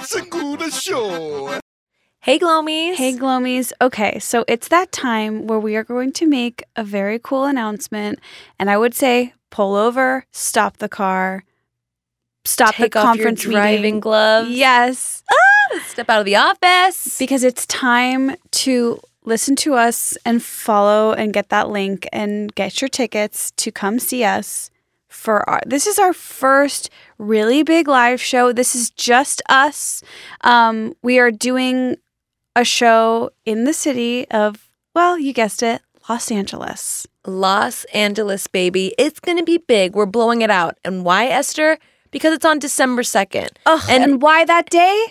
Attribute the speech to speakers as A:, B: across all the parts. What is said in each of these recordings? A: segura show.
B: Hey, Glomies.
C: Hey, Glomies. Okay, so it's that time where we are going to make a very cool announcement. And I would say pull over, stop the car, stop
B: Take
C: the
B: off your
C: conference
B: driving
C: meeting.
B: gloves.
C: Yes,
B: Step out of the office.
C: because it's time to listen to us and follow and get that link and get your tickets to come see us for our this is our first really big live show this is just us um we are doing a show in the city of well you guessed it los angeles
B: Los Angeles, baby. It's going to be big. We're blowing it out. And why, Esther? Because it's on December 2nd.
C: Ugh, and, why that day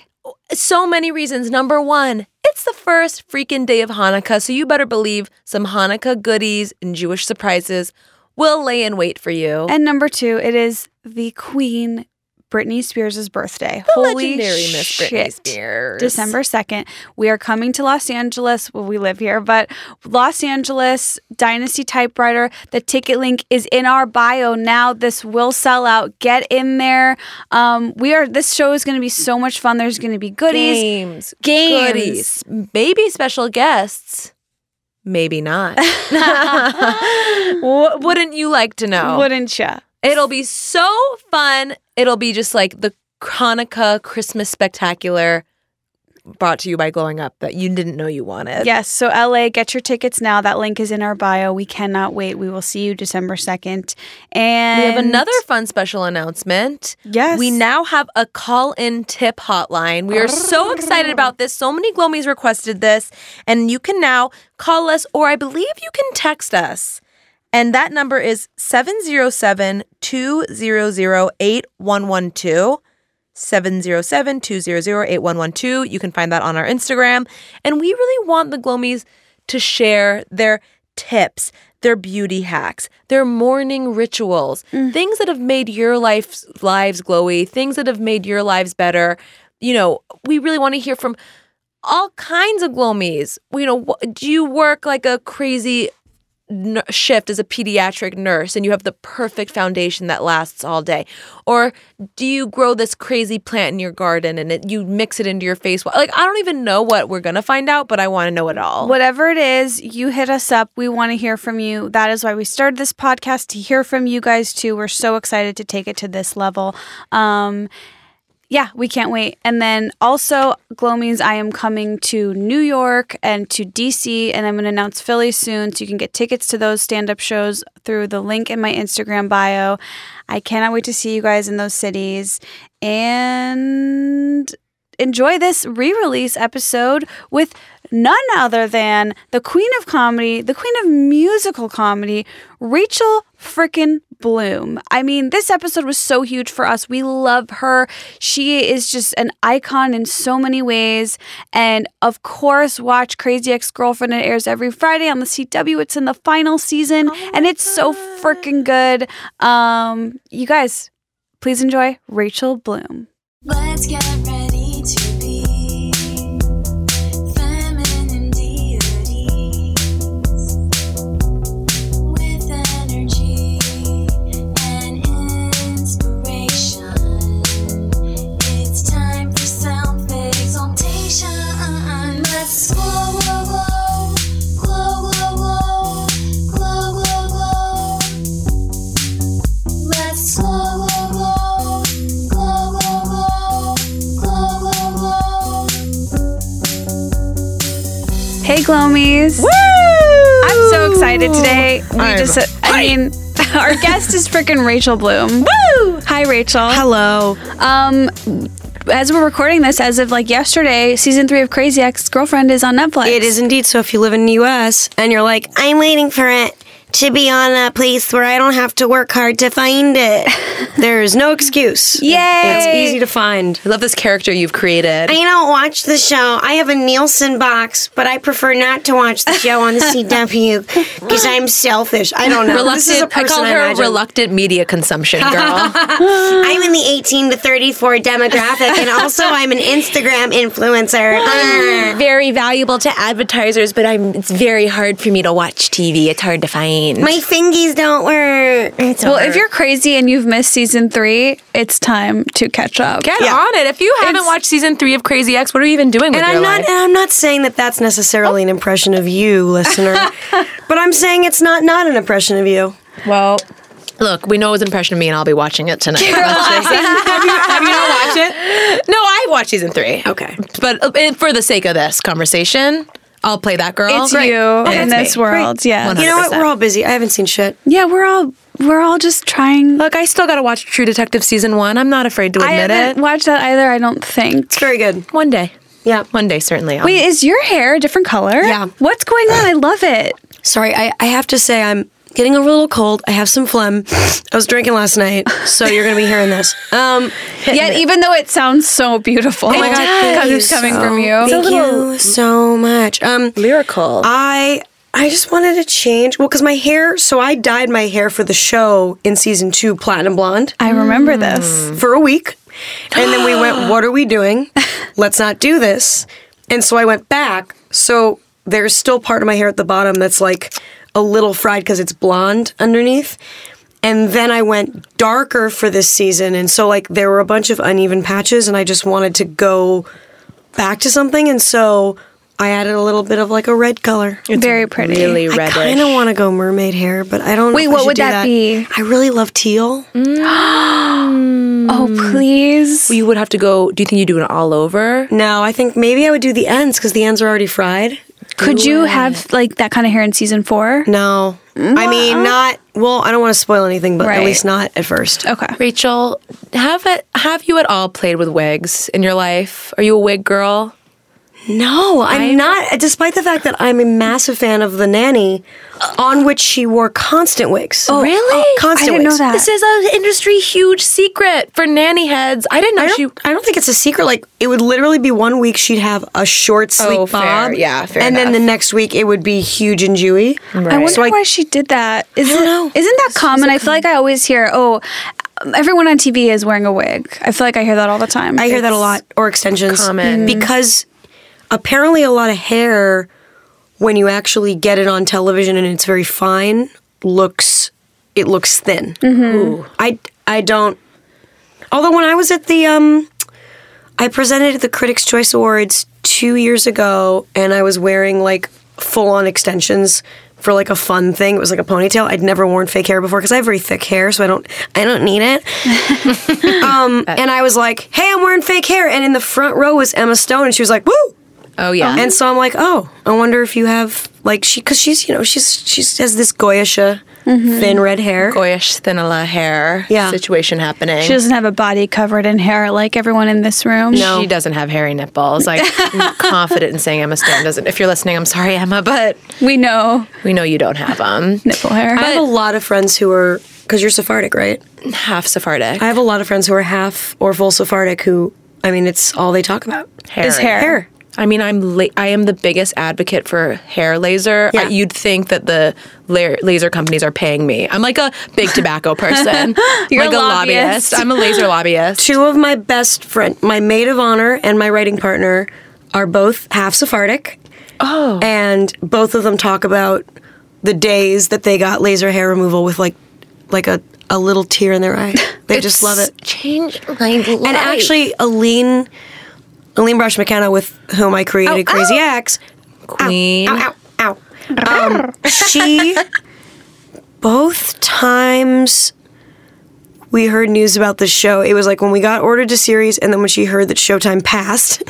B: So many reasons. Number one, it's the first freaking day of Hanukkah. So you better believe some Hanukkah goodies and Jewish surprises will lay in wait for you.
C: and number two it is the queen britney spears' birthday
B: the
C: holy
B: legendary Miss Britney
C: shit.
B: Spears.
C: December 2nd. We are coming to Los Angeles. Well, we live here, but Los Angeles Dynasty Typewriter. The ticket link is in our bio now. This will sell out. Get in there. Um, we are. This show is going to be so much fun. There's going to be goodies.
B: Games.
C: Games.
B: Goodies. Maybe special guests. Maybe not. Wh- Wouldn't you like to know?
C: Wouldn't ya?
B: It'll be so fun. It'll be just like the Hanukkah Christmas spectacular brought to you by Glowing Up that you didn't know you wanted.
C: Yes. So, LA, get your tickets now. That link is in our bio. We cannot wait. We will see you December 2nd. And
B: We have another fun special announcement.
C: Yes.
B: We now have a call in tip hotline. We are so excited about this. So many Glomies requested this, and you can now call us, or I believe you can text us. And that number is 707 200 8112. 707 200 8112. You can find that on our Instagram. And we really want the Glomies to share their tips, their beauty hacks, their morning rituals, things that have made your life's lives glowy, things that have made your lives better. You know, we really want to hear from all kinds of glomies. You know, wh- do you work like a crazy n- shift as a pediatric nurse and you have the perfect foundation that lasts all day? Or do you grow this crazy plant in your garden and it, you mix it into your face? wa- Like, I don't even know what we're going to find out, but I want to know it all.
C: Whatever it is, you hit us up. We want to hear from you. That is why we started this podcast to hear from you guys too. We're so excited to take it to this level. Um, yeah, we can't wait. And then also, Glow means I am coming to New York and to DC, and I'm going to announce Philly soon. So you can get tickets to those stand up shows through the link in my Instagram bio. I cannot wait to see you guys in those cities. And enjoy this re release episode with none other than the queen of comedy, the queen of musical comedy, Rachel frickin' Bloom. I mean, this episode was so huge for us. We love her. She is just an icon in so many ways. And of course, watch Crazy Ex Girlfriend. It airs every Friday on the CW. It's in the final season and it's so frickin' good. Um, you guys, please enjoy Rachel Bloom.
D: Let's get ready to be feminine deities with energy and inspiration. It's time for self exaltation. Let's glow, glow, glow, glow, glow, glow, glow, glow, glow. Let's glow, glow, glow, glow, glow, glow, glow, glow, glow.
C: Hey, Glomies. I'm so excited today. We
B: I'm
C: just, I mean, our guest is freaking Rachel Bloom. Woo! Hi, Rachel.
B: Hello.
C: Um, as we're recording this, as of like yesterday, season three of Crazy Ex Girlfriend is on Netflix.
E: It is indeed. So if you live in the U.S. and you're like, I'm waiting for it to be on a place where I don't have to work hard to find it, there's no excuse.
C: Yay!
E: It's easy to find.
B: I love this character you've created.
E: I don't watch the show. I have a Nielsen box, but I prefer not to watch the show on the CW because I'm selfish. I don't know. This is a
B: Reluctant. I
E: person
B: call her
E: imagine.
B: reluctant media consumption girl.
E: I'm in the 18 to 34 demographic, and also I'm an Instagram influencer.
B: very valuable to advertisers, but I'm. It's very hard for me to watch TV. It's hard to find.
F: change.
E: My fingies don't work. It's
C: Well, if you're crazy and you've missed season three, it's time to catch up.
F: Get
E: Yeah.
F: on it. If you haven't
C: It's-
F: watched season three of Crazy X, what are you even doing with
E: and
F: your
E: I'm not
F: life?
E: and I'm not saying that that's necessarily an impression of you, listener. but I'm saying it's not not an impression of you.
F: Well,
B: Look, we know it was an impression of me, and I'll be watching it tonight. have, you, have you not watched it? No, I watched season three.
E: Okay.
B: But uh, and for the sake of this conversation, I'll play that girl.
C: It's you in this world. Yeah.
E: You know what? We're all busy. I haven't seen shit.
C: Yeah, we're all we're all just trying.
B: Look, I still got to watch True Detective season one. I'm not afraid to
C: I
B: admit
C: haven't
B: it.
C: watched that either. I don't think.
E: Very good.
B: One day.
E: Yeah.
B: One day, certainly. I'll-
C: Wait, is your hair a different color?
E: Yeah.
C: What's going on? I love it.
E: Sorry, I, I have to say I'm getting a little cold. I have some phlegm. I was drinking last night, so you're gonna be hearing this. Um
C: Yet, even though it sounds so beautiful, oh
E: my God, thank
C: because
E: you
C: it's coming
E: so-
C: from you.
E: Thank you so much. Um
F: lyrical.
E: I I just wanted to change well because my hair. So I dyed my hair for the show in season two, platinum blonde,
C: I remember this.
E: for a week, and then we went. What are we doing? Let's not do this. And so I went back. So there's still part of my hair at the bottom that's like a little fried because it's blonde underneath. And then I went darker for this season, and so like there were a bunch of uneven patches, and I just wanted to go back to something, and so I added a little bit of like a red color.
C: Very pretty.
F: really
E: I
F: reddish.
E: kind of want to go mermaid hair, but I don't. know
C: Wait,
E: if I
C: what
E: should
C: would
E: do
C: that be?
E: I really love teal.
C: Oh, please.
F: you would have to go. Do you think you do an all over?
E: No, I think maybe I would do the ends because the ends are already fried.
C: Could you have like that kind of hair in season four?
E: No, I mean not. Well, I don't want to spoil anything, but
C: Right. Oh.
E: at least not at first.
C: Okay.
B: Rachel, have it, have you at all played with wigs in your life? Are you a wig girl?
E: No, I'm not. Despite the fact that I'm a massive fan of the nanny, on which she wore constant wigs. Oh,
B: really?
E: constant
C: I didn't know
E: wigs.
C: that.
B: This is an industry huge secret for nanny heads. I didn't know
E: I
B: she.
E: don't, I don't think it's a secret. Like it would literally be one week she'd have a short sleek
B: Oh, fair.
E: bob,
B: Yeah, fair
E: and then
B: enough.
E: the next week it would be huge and dewy.
C: I
B: Right.
C: wonder
E: So I-
C: why she did that. Isn't,
E: know.
C: isn't that common? I feel like I always hear, oh, everyone on TV is wearing a wig. I feel like I hear that all the time.
E: I hear that a lot, or extensions. Mm-hmm.
B: common.
E: Because apparently, a lot of hair, when you actually get it on television and it's very fine, looks it looks thin. I I don't. Although when I was at the um, I presented at the Critics' Choice Awards two years ago, and I was wearing like full on extensions for like a fun thing. It was like a ponytail. I'd never worn fake hair before because I have very thick hair, so I don't I don't need it. um, and I was like, "Hey, I'm wearing fake hair," and in the front row was Emma Stone, and she was like, "Woo!"
B: Oh yeah.
E: And so I'm like, "Oh, I wonder if you have like she because she's you know she's she's has this Goyish thin red hair."
B: Goyish thinala hair
E: Yeah.
B: situation happening.
C: She doesn't have a body covered in hair like everyone in this room.
B: She doesn't have hairy nipples. Like I'm confident in saying Emma Stone doesn't. If you're listening, I'm sorry, Emma, but
C: We know
B: we know you don't have them.
C: nipple hair.
E: I have a lot of friends who are because you're Sephardic, right?
B: Half Sephardic.
E: I have a lot of friends who are half or full Sephardic who, I mean, it's all they talk about.
B: Hair.
C: is hair.
E: Hair.
B: I mean, I'm la- I am the biggest advocate for hair laser.
E: Yeah.
B: I, you'd think that the la- laser companies are paying me. I'm like a big tobacco person.
C: You're
B: like
C: a lobbyist.
B: I'm a laser lobbyist.
E: Two of my best friend, my maid of honor and my writing partner, are both half Sephardic. Oh. And both of them talk about the days that they got laser hair removal with like, like a, a little tear in their eye. They just love it.
B: Change my life.
E: And actually, Aline, Aline Brush McKenna, with whom I created Crazy X,
B: Queen.
E: Ow, ow, ow. Um, she, both times we heard news about the show, it was like when we got ordered to series, and then when she heard that Showtime passed,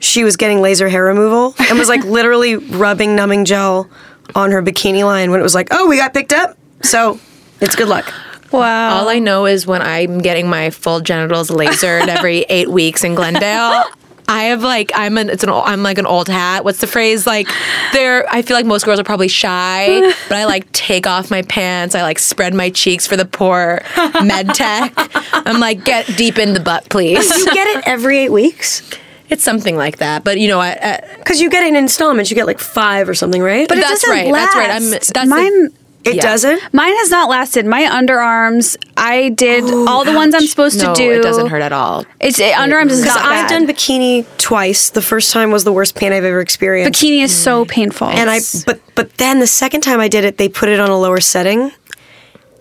E: she was getting laser hair removal and was like literally rubbing numbing gel on her bikini line when it was like, oh, we got picked up. So it's good luck.
C: wow.
B: All I know is when I'm getting my full genitals lasered every eight weeks in Glendale. I have like I'm an it's an ol- I'm like an old hat. What's the phrase? Like there I feel like most girls are probably shy, but I like take off my pants. I like spread my cheeks for the poor med tech. I'm like get deep in the butt, please.
E: You get it every eight weeks
B: It's something like that. But you know, Uh, I, I
E: because you get it in installments. You get like five or something, right?
B: But that's
C: doesn't
B: right. That's right. I'm-
C: last.
B: that's the-
C: Mine
E: It doesn't.
C: Mine has not lasted. My underarms, I did all the ones I'm supposed
B: Oh, no,
C: to do.
B: it doesn't hurt at all.
C: It's it, underarms is
E: Because
C: not bad.
E: I've done bikini twice. The first time was the worst pain I've ever experienced.
C: bikini is so
B: Mm.
C: painful.
E: and I, but but then the second time I did it, they put it on a lower setting,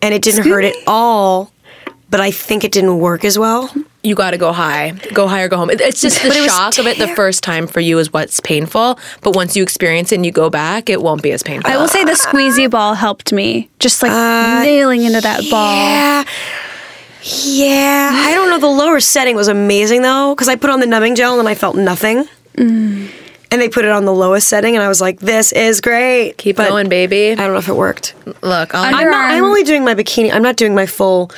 E: and it didn't hurt at all. But I think it didn't work as well.
B: You got to go high, go high or go home. It- It's just the
E: But it was
B: shock of it the
E: ter-
B: first time for you is what's painful, but once you experience it and you go back, it won't be as painful.
C: I will say the squeezy ball helped me. Just like
B: Uh,
C: nailing into that ball.
E: Yeah. Yeah, I don't know. The lower setting was amazing though, because I put on the numbing gel and I felt nothing.
C: Mm.
E: And they put it on the lowest setting, and I was like, "This is great."
B: Keep
E: But
B: going, baby.
E: I don't know if it worked.
B: Look, I'll,
E: I'm not. I'm only doing my bikini. I'm not doing my full.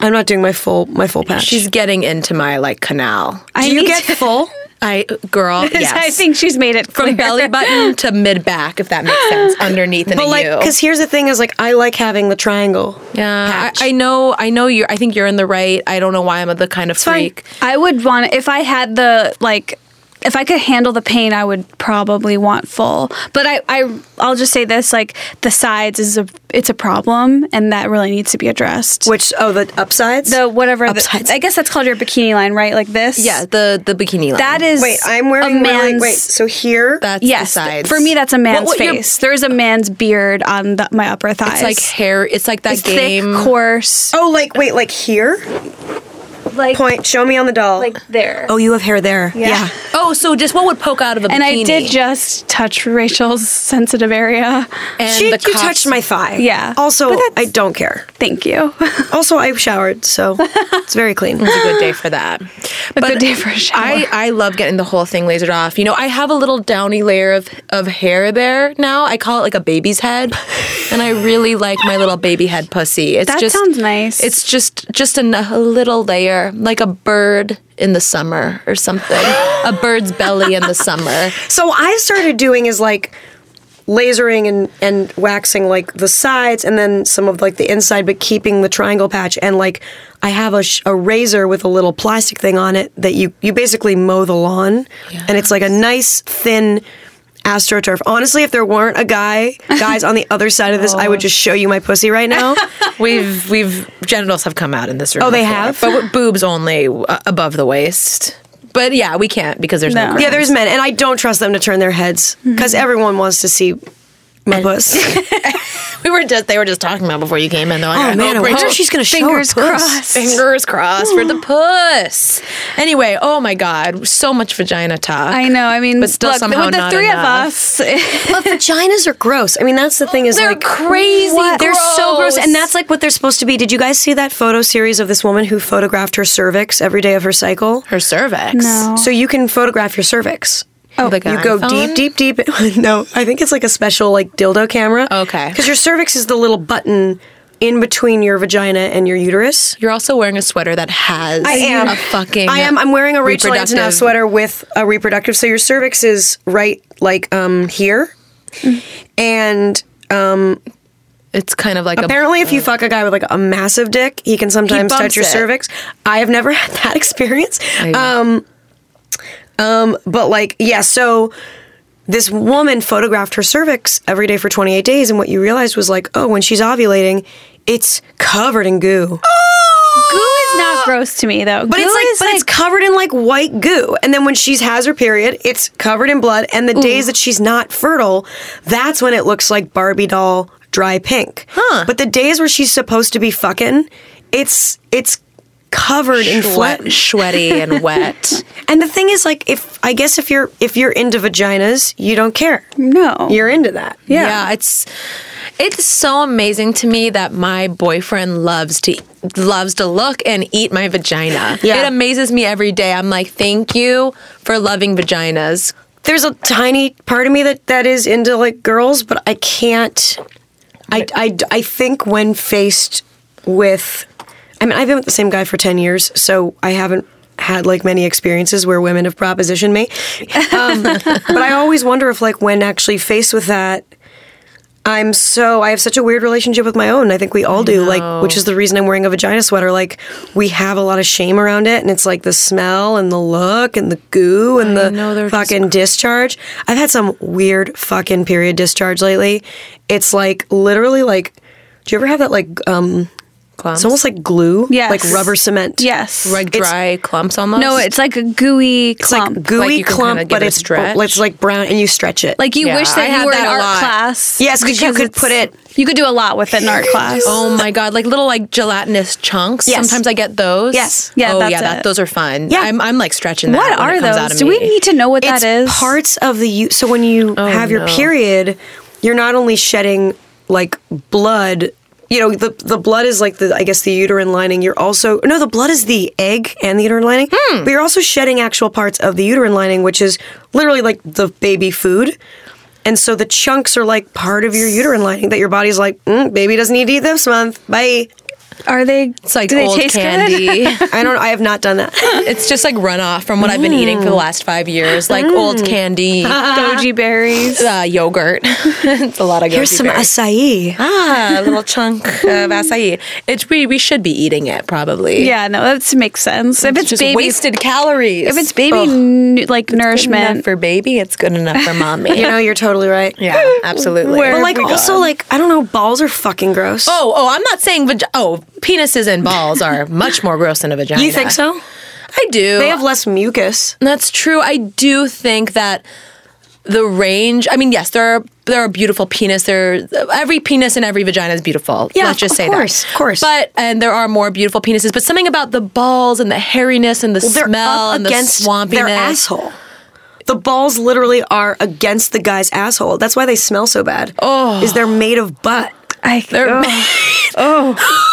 E: I'm not doing my full. My full patch.
B: she's getting into my like canal.
C: I
E: Do you
C: need
E: get
C: to-
E: full?
B: I girl, yes.
C: I think she's made it
B: from
C: clear.
B: belly button to mid back, if that makes sense, underneath and
E: But like, because here's the thing: is like, I like having the triangle.
B: yeah,
E: patch.
B: I, I know, I know you. are I think you're in the right. I don't know why I'm the kind of
E: fine.
B: freak.
C: I would want if I had the like if I could handle the pain, I would probably want full. But I, I I'll just say this, like the sides is a it's a problem and that really needs to be addressed.
E: Which oh, the upsides.
C: the whatever the,
E: Upsides.
C: I guess that's called your bikini line, right? Like this.
B: Yeah, the the bikini line.
C: That is
E: wait, I'm wearing
C: a
E: really-
C: man's
E: wait. So here,
B: that's the
C: Yes, th-
B: sides.
C: for me that's a man's
B: what you're-
C: face. There is a man's beard on the, my upper
B: it's
C: thighs.
B: like hair. It's like that
C: It's
B: game.
C: thick, coarse,
E: oh, like wait, like here.
B: Oh,
C: like
E: Point. Show me on the doll.
C: like there.
E: oh, you have hair there.
C: Yeah.
B: oh, so just what would poke out of a
C: and
B: bikini?
C: I did just touch Rachel's sensitive area.
B: and
E: She,
B: the
E: you
B: cuffs-
E: touched my thigh.
C: Yeah.
E: Also,
C: But that's-
E: I don't care.
C: Thank you.
E: Also, I showered, so it's very clean.
B: It's a good day for that.
C: A good day for a shower.
B: I, I love getting the whole thing lasered off. You know, I have a little downy layer of, of hair there now. I call it like a baby's head. And I really like my little baby head pussy. It's
C: That
B: just,
C: sounds nice.
B: It's just just a, n- a little layer, like a bird in the summer or something. a bird's belly in the summer.
E: So I started doing is like lasering and and waxing like the sides and then some of like the inside, but keeping the triangle patch. And like I have a, sh- a razor with a little plastic thing on it that you you basically mow the lawn, and it's like a nice thin. AstroTurf. Honestly, if there weren't a guy, guys on the other side of this, I would just show you my pussy right now.
B: We've we've genitals have come out in this room.
E: Oh, they
B: before,
E: have?
B: but with boobs only uh, above the waist. But yeah, we can't because there's no.
C: No.
B: curve.
E: yeah, there's men, and I don't trust them to turn their heads because everyone wants to see my puss.
B: we were just they were just talking about before you came in. Though, oh
E: I wonder if she's gonna show her
C: fingers
E: puss.
C: crossed.
B: Fingers crossed for the puss. Anyway, oh my God, so much vagina talk.
C: I know. I mean,
B: But still
C: look,
B: somehow
C: with the
B: not
C: three
B: enough.
C: of us, it
E: But vaginas are gross. I mean, that's the thing is
B: They're
E: like
B: crazy
E: They're so gross,
B: gross.
E: and that's like what they're supposed to be. Did you guys see that photo series of this woman who photographed her cervix every day of her cycle?
B: Her cervix.
C: No.
E: So you can photograph your cervix.
B: Oh,
E: you go deep, deep, deep. no, I think it's like a special like dildo camera.
B: Okay.
E: because your cervix is the little button in between your vagina and your uterus.
B: You're also wearing a sweater that has
E: I am
B: a fucking.
E: I am. I'm wearing a Rachel Antonoff
B: reproductive-
E: sweater with a reproductive. So your cervix is right, like um here, Mm. and um,
B: It's kind of like
E: Apparently, if you fuck a guy with like a massive dick, he can sometimes
B: bumps
E: touch your
B: it.
E: cervix. I have never had that experience.
B: I-
E: Um, um, but like, yeah, so this woman photographed her cervix every day for 28 days, and what you realized was like, oh, when she's ovulating, it's covered in goo.
B: Oh!
C: goo is not gross to me though.
E: But
C: goo
E: it's like,
C: is
E: but it's covered in like white goo, and then when she's has her period, it's covered in blood. And the days that she's not fertile, that's when it looks like Barbie doll dry pink.
B: Huh.
E: But the days where she's supposed to be fucking, it's it's covered in
B: sweat,
E: flesh.
B: sweaty and wet.
E: And the thing is, like, if I guess if you're if you're into vaginas, you don't care.
C: no.
E: You're into that.
B: Yeah. it's it's so amazing to me that my boyfriend loves to loves to look and eat my vagina.
E: Yeah.
B: It amazes me every day. I'm like, "Thank you for loving vaginas."
E: There's a tiny part of me that that is into like girls, but I can't. I, I, I think when faced with, I mean, I've been with the same guy for 10 years, so I haven't had like many experiences where women have propositioned me. Um, but I always wonder if, like, when actually faced with that, I'm so I have such a weird relationship with my own. I think we all do. Like, which is the reason I'm wearing a vagina sweater. Like, we have a lot of shame around it, and it's like the smell and the look and the goo and the
B: know, they're
E: fucking discharge. I've had some weird fucking period discharge lately. It's like literally like. Do you ever have that like um?
B: Clumps.
E: It's almost like glue.
C: Yes.
E: Like rubber cement.
C: Yes.
B: like
E: it's-
B: dry clumps almost.
C: No, it's like a gooey
E: It's
C: clump.
E: like gooey
B: Like you can kinda
E: clump,
B: give
E: but
B: it a
E: it's
B: stretch.
E: it's like brown, and you stretch it.
C: Like you
B: Yeah,
C: wish
B: I
C: that
B: had
C: you were in
B: that a
C: art
B: lot.
C: class.
E: Yes, 'cause you could put
C: it's-
E: it-
C: You could do a lot with it in art class.
B: Oh my god, like little like gelatinous chunks.
E: Yes.
B: Sometimes I get those.
E: Yes.
C: Yeah,
B: oh
C: that's
B: yeah,
C: it.
B: that, those are fun.
E: Yeah.
B: I'm, I'm like stretching that.
C: what
B: when
C: are
B: it comes out
C: those?
B: of
C: Do we
B: me.
C: need to know what
E: it's
C: that is?
E: parts of the u- so when you have your
B: Oh, no.
E: period you're not only shedding like blood you know the the blood is like the i guess the uterine lining you're also no the blood is the egg and the uterine lining
C: Hmm.
E: but you're also shedding actual parts of the uterine lining which is literally like the baby food and so the chunks are like part of your uterine lining that your body's like mm, baby doesn't need to eat this month bye
C: Are they?
B: It's like
C: do they
B: old
C: taste good?
B: candy.
E: i don't i have not done that
B: it's just like runoff from what I've been eating for
C: Mm.
B: the last five years, like old candy,
C: Uh-huh.
B: uh,
C: Goji berries.
B: yogurt. it's a lot of.
E: here's
B: goji
E: some
B: berries.
E: acai
B: ah, a little chunk of acai. It's we we should be eating it probably.
C: Yeah, no, that makes sense. If it's
B: just
C: baby,
B: wasted calories.
C: if it's baby
B: Ugh.
C: nu- like
B: Good enough
C: nourishment,
B: for baby, it's good enough for mommy.
E: you know you're totally right
B: yeah, absolutely.
C: Where-
E: but like
C: Oh my
E: also
C: God.
E: like i don't know balls are fucking gross
B: Oh, oh, I'm not saying vag- oh, penises and balls are much more gross than a vagina.
E: You think so?
B: I do.
E: They have less mucus.
B: That's true. I do think that the range. I mean, yes, there are there are beautiful penis. There, every penis and every vagina is beautiful.
E: Yeah,
B: let's just
E: of
B: say
E: course,
B: that.
E: of course.
B: But and there are more beautiful penises. But something about the balls and the hairiness and the
E: They're
B: smell
E: up
B: and the
E: against
B: swampiness.
E: their asshole. The balls literally are against the guy's asshole. That's why they smell so bad. Oh, is they're made of butt.
C: I, oh, oh.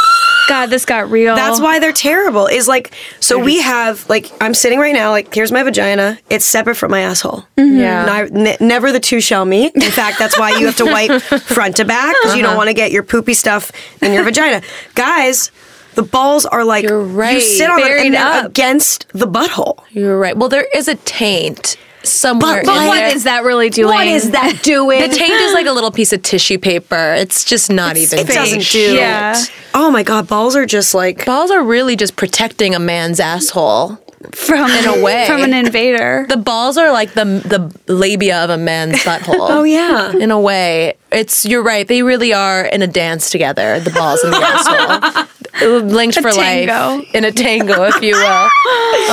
C: God, this got real.
B: Oh.
E: That's why they're terrible. Is like so we have like I'm sitting right now. Like here's my vagina. It's separate from my asshole.
B: Mm-hmm. Yeah.
E: Ni- ne- never the two shall meet. In fact, that's why you have to wipe front to back because you
B: Uh-huh.
E: don't want to get your poopy stuff in your vagina. Guys, the balls are like
B: You're right.
E: you sit on it
C: Buried
E: and they're
C: up.
E: against the butthole.
B: You're right. Well, there is a taint somewhere. in
E: But what
B: there.
C: What is that really doing?
E: What is that doing?
B: The taint is like a little piece of tissue paper. It's just not even.
E: it doesn't
B: fake.
E: do
C: Yeah.
E: it. Oh my god, balls are just like
B: Balls are really just protecting a man's asshole.
C: from in
B: a way.
C: from an invader?
B: The balls are like the the labia of a man's butthole. oh
E: yeah.
B: in a way. It's you're right. They really are in a dance together. The balls and the asshole, linked for
C: tango.
B: life in a tango, if you will.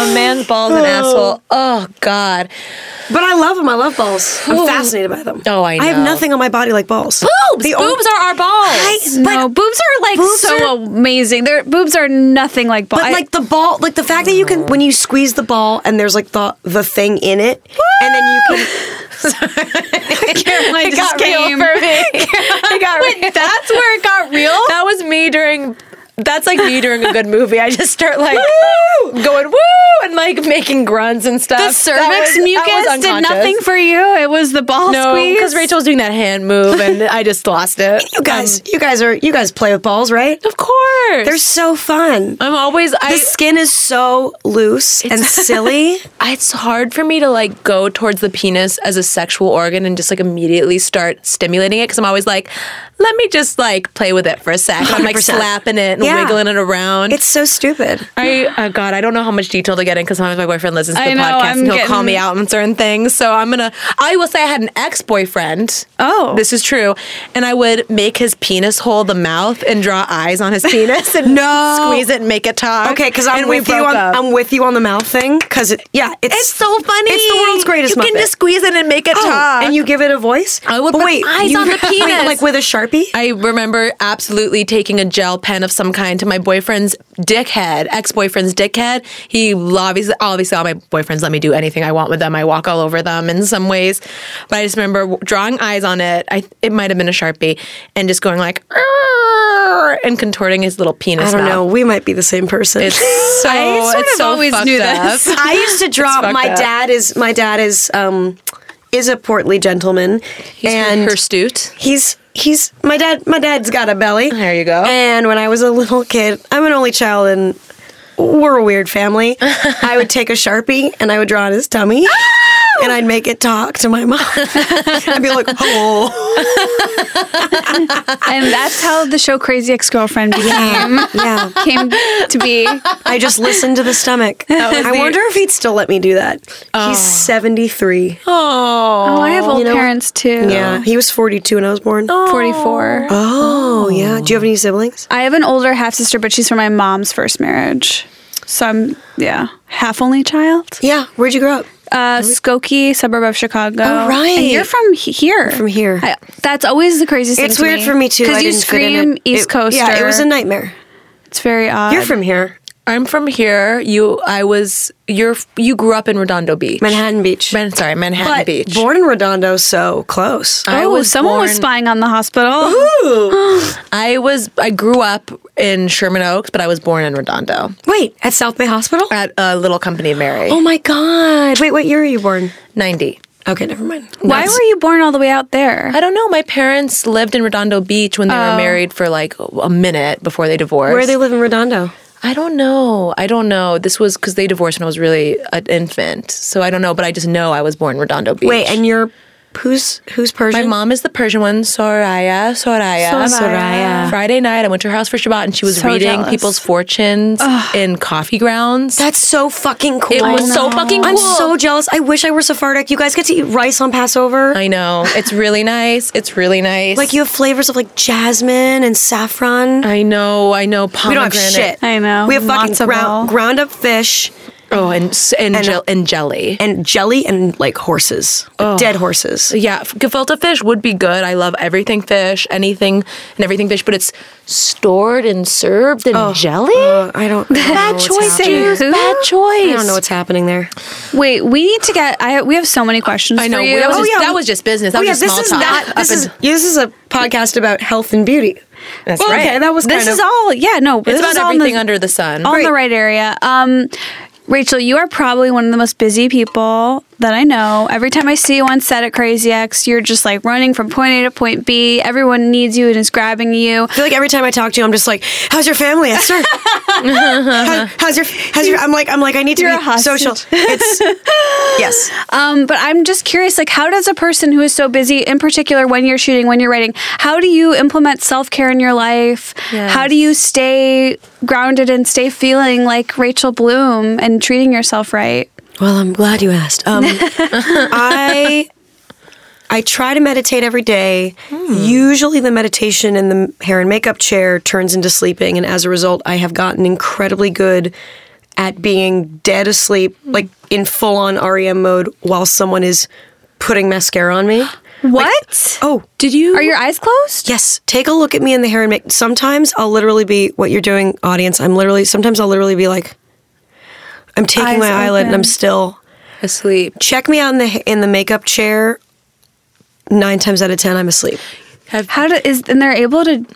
B: a man's balls and asshole. Oh God.
E: But I love them. I love balls. I'm fascinated by them.
B: Oh, I
E: I have
B: know.
E: nothing on my body like balls.
B: Boobs.
E: The only-
B: boobs are our balls.
C: no, boobs are like
E: boobs
C: so
E: are-
C: amazing. Their boobs are nothing like. But
E: But like the ball, like the fact that you can when you squeeze the ball and there's like the the thing in it, and then you can.
C: Caroline
E: just came.
C: it got real.
B: That's where it got real. That was me during. That's like me during a good movie. I just start like woo! going woo and like making grunts and stuff.
C: The cervix mucus did nothing for you. It was the ball
B: No,
C: squeeze.
B: because Rachel was doing that hand move, and I just lost it.
E: You guys,
B: Um,
E: you guys are you guys play with balls, right?
B: of course.
E: They're so fun.
B: I'm always. I,
E: The skin is so loose and silly.
B: it's hard for me to like go towards the penis as a sexual organ and just like immediately start stimulating it because I'm always like, let me just like play with it for a sec. i am like
E: 100%.
B: slapping it and
E: Yeah.
B: wiggling it around.
E: It's so stupid.
B: I oh God, I don't know how much detail to get in because sometimes my boyfriend listens to the
C: I know,
B: podcast
C: I'm
B: and he'll call
C: getting-
B: me out on certain things. So I'm gonna. I will say I had an ex boyfriend.
C: Oh.
B: this is true. And I would make his penis hole the mouth and draw eyes on his penis and
E: No.
B: squeeze it and make it talk.
E: Okay, because I'm
B: And we
E: with you
B: broke
E: on
B: up.
E: I'm with you on the mouth thing. Because it, yeah, it's
B: it's so funny.
E: It's the world's greatest.
B: You can
E: Muppet.
B: just squeeze it and make it
E: Oh,
B: talk.
E: and you give it a voice.
B: I would
E: But
B: put
E: wait,
B: eyes
E: you-
B: on the
E: wait,
B: penis.
E: like with a sharpie.
B: I remember absolutely taking a gel pen of some kind to my boyfriend's dickhead, ex boyfriend's dickhead. He obviously, obviously, all my boyfriends let me do anything I want with them. I walk all over them in some ways, but I just remember w- drawing eyes on it. I it might have been a sharpie, and just going like "Arr," and contorting his little penis.
E: I don't know.
B: mouth.
E: We might be the same person.
B: It's so.
C: I sort
B: it's
C: of
B: so
C: always
B: fucked
C: knew
B: up.
C: this.
E: I used to draw.
B: fucked
E: My
B: up.
E: dad is my dad is um is a portly gentleman, and
B: hirsute.
E: he's he's my dad. My dad's got a belly.
B: There you go.
E: And when I was a little kid, I'm an only child, and we're a weird family. I would take a sharpie and I would draw on his tummy.
B: Oh!
E: and I'd make it talk to my mom. I'd be like, oh,
C: and that's how the show Crazy Ex Girlfriend became
E: yeah.
C: came to be.
E: I just listened to the stomach. I wonder if he'd still let me do that.
B: Oh.
E: He's 73.
C: Oh, I have old
E: know-
C: parents too.
E: Yeah, he was 42 when I was born. Oh,
C: 44.
E: yeah. Do you have any siblings?
C: I have an older half sister, but she's from my mom's first marriage. So I'm, yeah, half only child.
E: Yeah. Where'd you grow up?
C: Uh, Skokie, suburb of Chicago.
E: Oh, right.
C: And you're from he- here.
E: From here.
C: I- that's always the craziest thing.
E: It's
C: to
E: weird for me too. I
C: Because you
E: didn't fit in
C: scream
E: it.
C: East
E: It-
C: Coaster.
E: Yeah, it was a nightmare.
C: It's very odd.
E: You're from here,
B: I'm from here. You, I was. You're. You grew up in Redondo Beach,
E: Manhattan Beach.
B: Man, sorry, Manhattan
E: But
B: Beach.
E: born in Redondo, so close.
B: I
C: Oh,
B: was
C: someone was
B: born-
C: spying on the hospital.
B: I was. I grew up in Sherman Oaks, but I was born in Redondo
E: Wait, at South Bay Hospital?
B: at a little company of Mary.
E: Oh my God. Wait, what year were you born?
B: Ninety.
E: Okay, never mind.
C: Why were you born all the way out there?
B: I don't know. My parents lived in Redondo Beach when they were married for like a minute before they divorced.
E: Oh. Where do they live in Redondo?
B: I don't know. I don't know. This was because they divorced when I was really an infant, so I don't know. But I just know I was born in Redondo Beach.
E: Wait, and you're who's who's Persian?
B: My mom is the Persian one, Soraya. Soraya.
E: Soraya.
B: Friday night, I went to her house for Shabbat and she was
C: So
B: reading
C: jealous.
B: people's fortunes in coffee grounds.
E: That's so fucking cool.
B: it was so fucking cool.
E: I'm so jealous. I wish I were Sephardic. You guys get to eat rice on Passover.
B: I know. It's really nice. It's really nice.
E: like you have flavors of like jasmine and saffron.
B: I know. I know.
E: we don't have
B: Pomegranate.
E: shit.
C: I know.
E: We have fucking
C: Matzo ball.
E: ground, ground up fish
B: Oh, and s- and and, gel- and jelly.
E: and jelly and like horses, Like, dead horses.
B: yeah, f- gefilte fish would be good. I love everything fish, anything and everything fish, but it's stored and served in jelly.
E: Uh, I don't. I don't know
B: Bad
E: what's
B: choice,
E: happening.
B: Jews.
C: Who?
B: Bad choice.
E: I don't know what's happening there.
C: Wait, we need to get. I we have so many questions.
B: I know.
C: For you.
B: That was just,
E: yeah,
B: that
E: we-
B: was just business. That
E: oh
B: was
E: yeah,
B: just
E: this
B: small
E: is
B: talk.
E: not.
B: Up
E: This
B: in-
E: is, yeah, this is a podcast about health and beauty.
B: That's
E: well,
B: right.
E: okay, that was
C: this
E: kind
C: is
E: of.
C: all. Yeah, no.
B: It's
C: this
B: about
C: is all in
B: everything
C: the,
B: under the sun.
C: all in the right area. Um, Rachel, you are probably one of the most busy people that I know. Every time I see you on set at Crazy X, you're just like running from point A to point B. Everyone needs you and is grabbing you.
E: I feel like every time I talk to you, I'm just like, "How's your family, Esther? How, how's your? How's your? I'm like, I'm like, I need to
C: You're a
E: be
C: hostage.
E: social. It's yes.
C: Um, but I'm just curious, like, how does a person who is so busy, in particular when you're shooting, when you're writing, how do you implement self care in your life? How do you stay grounded and stay feeling like Rachel Bloom and treating yourself right?
E: Well, I'm glad you asked. Um, I I try to meditate every day. Usually, the meditation in the hair and makeup chair turns into sleeping, and as a result, I have gotten incredibly good at being dead asleep, like in full on REM mode, while someone is putting mascara on me.
C: What?
E: Oh,
B: Did you?
C: Are your eyes closed?
E: Yes, take a look at me in the hair and make. Sometimes I'll literally be what you're doing, audience. I'm literally. Sometimes I'll literally be like, I'm taking
C: Eyes
E: my eyelid and
C: open.
E: I'm still.
B: asleep?
E: Check me out in the in the makeup chair. Nine times out of ten, I'm asleep.
B: Have
C: How do is and they're able to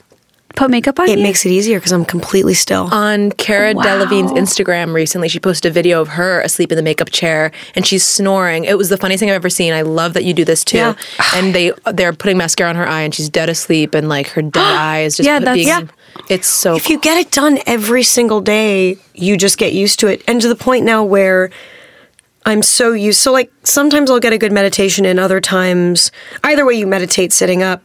C: put makeup on
E: It
C: you?
E: makes it easier because I'm completely still.
B: on Cara
C: Wow.
B: Delevingne's Instagram recently, she posted a video of her asleep in the makeup chair and she's snoring. It was the funniest thing I've ever seen. I love that you do this too.
E: Yeah.
B: And they they're putting mascara on her eye and she's dead asleep and like her dead eye is just
C: Yeah,
B: put-
C: that's-
B: being.
C: Yeah.
B: It's so.
E: if you get it done every single day, you just get used to it. And to the point now where I'm so used. So, like, sometimes I'll get a good meditation in, other times, either way, you meditate sitting up.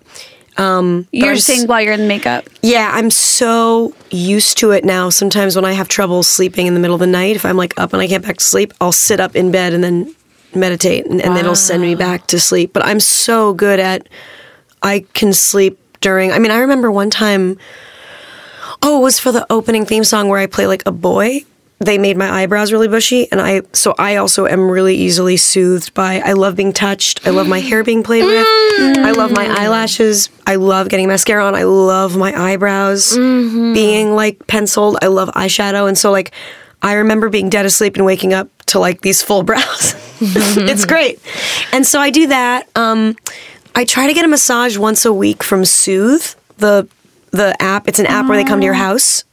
E: Um, but
C: you're
E: I'm
C: saying while you're in makeup.
E: Yeah, I'm so used to it now. Sometimes when I have trouble sleeping in the middle of the night, if I'm like up and I can't back to sleep, I'll sit up in bed and then meditate and, and then it'll send me back to sleep. But I'm so good at I can sleep during I mean, I remember one time oh, it was for the opening theme song where I play like a boy. They made my eyebrows really bushy and I so I also am really easily soothed by I love being touched. I love my hair being played with. I love my eyelashes. I love getting mascara on. I love my eyebrows being like penciled. I love eyeshadow and so like I remember being dead asleep and waking up to like these full brows. it's great. And so I do that. Um, I try to get a massage once a week from Soothe, the the app. It's an app where they come to your house.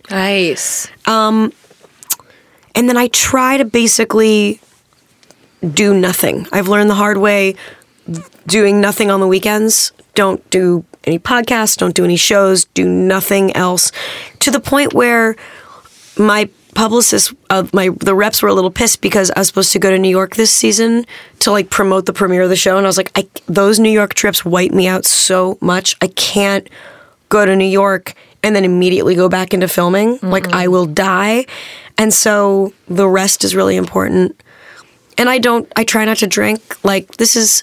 E: Um,
B: Nice.
E: And then I try to basically do nothing. I've learned the hard way doing nothing on the weekends. Don't do any podcasts, don't do any shows, do nothing else to the point where my publicists of my the reps were a little pissed because I was supposed to go to New York this season to like promote the premiere of the show, and I was like, I, those New York trips wipe me out so much. I can't go to New York and then immediately go back into filming. Like I will die. And so the rest is really important. And I don't. I try not to drink. Like this is.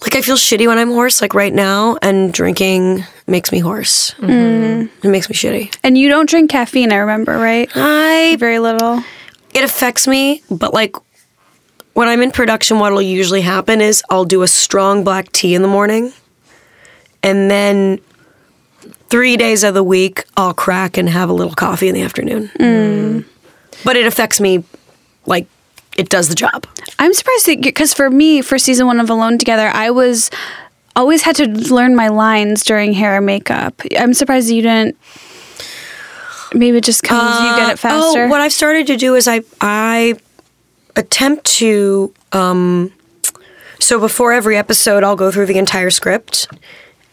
E: Like I feel shitty when I'm hoarse, like right now, and drinking makes me hoarse. It makes me shitty.
C: And you don't drink caffeine, I remember, right?
E: Uh, I
C: Very little.
E: it affects me, but like when I'm in production, what'll usually happen is I'll do a strong black tea in the morning, and then three days of the week I'll crack and have a little coffee in the afternoon. But it affects me, like it does the job.
C: I'm surprised that because for me, for season one of Alone Together, I was always had to learn my lines during hair and makeup. I'm surprised that you didn't. Maybe it just comes you get it faster.
E: Oh, what I've started to do is I I attempt to um so before every episode I'll go through the entire script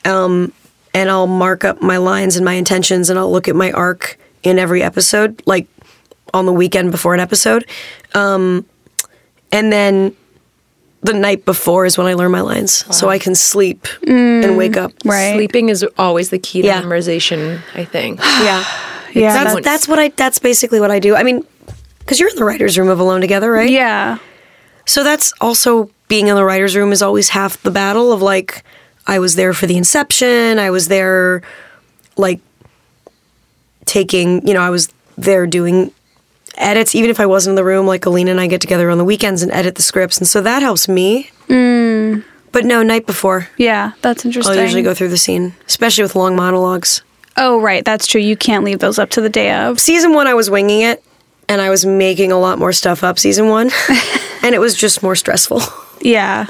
E: um and I'll mark up my lines and my intentions and I'll look at my arc in every episode like on the weekend before an episode um and then the night before is when I learn my lines so I can sleep and wake up
C: Mm, right?
B: Sleeping is always the key to
E: Yeah.
B: memorization, I think.
E: yeah
C: yeah,
B: That's-
C: that's-
E: that's that's what I that's basically what I do I mean cuz you're in the writers room of alone together right
C: yeah.
E: So that's also being in the writer's room is always half the battle of like, I was there for the inception. I was there, like, taking, you know, I was there doing edits. Even if I wasn't in the room, like, Alina and I get together on the weekends and edit the scripts. And so that helps me. Mm. But no, night before,
C: Yeah, that's
E: I'll
C: interesting.
E: usually go through the scene, especially with long monologues.
C: oh, right, that's true. You can't leave those up to the day of.
E: season one, I was winging it and I was making a lot more stuff up season one. and it was just more stressful.
C: Yeah.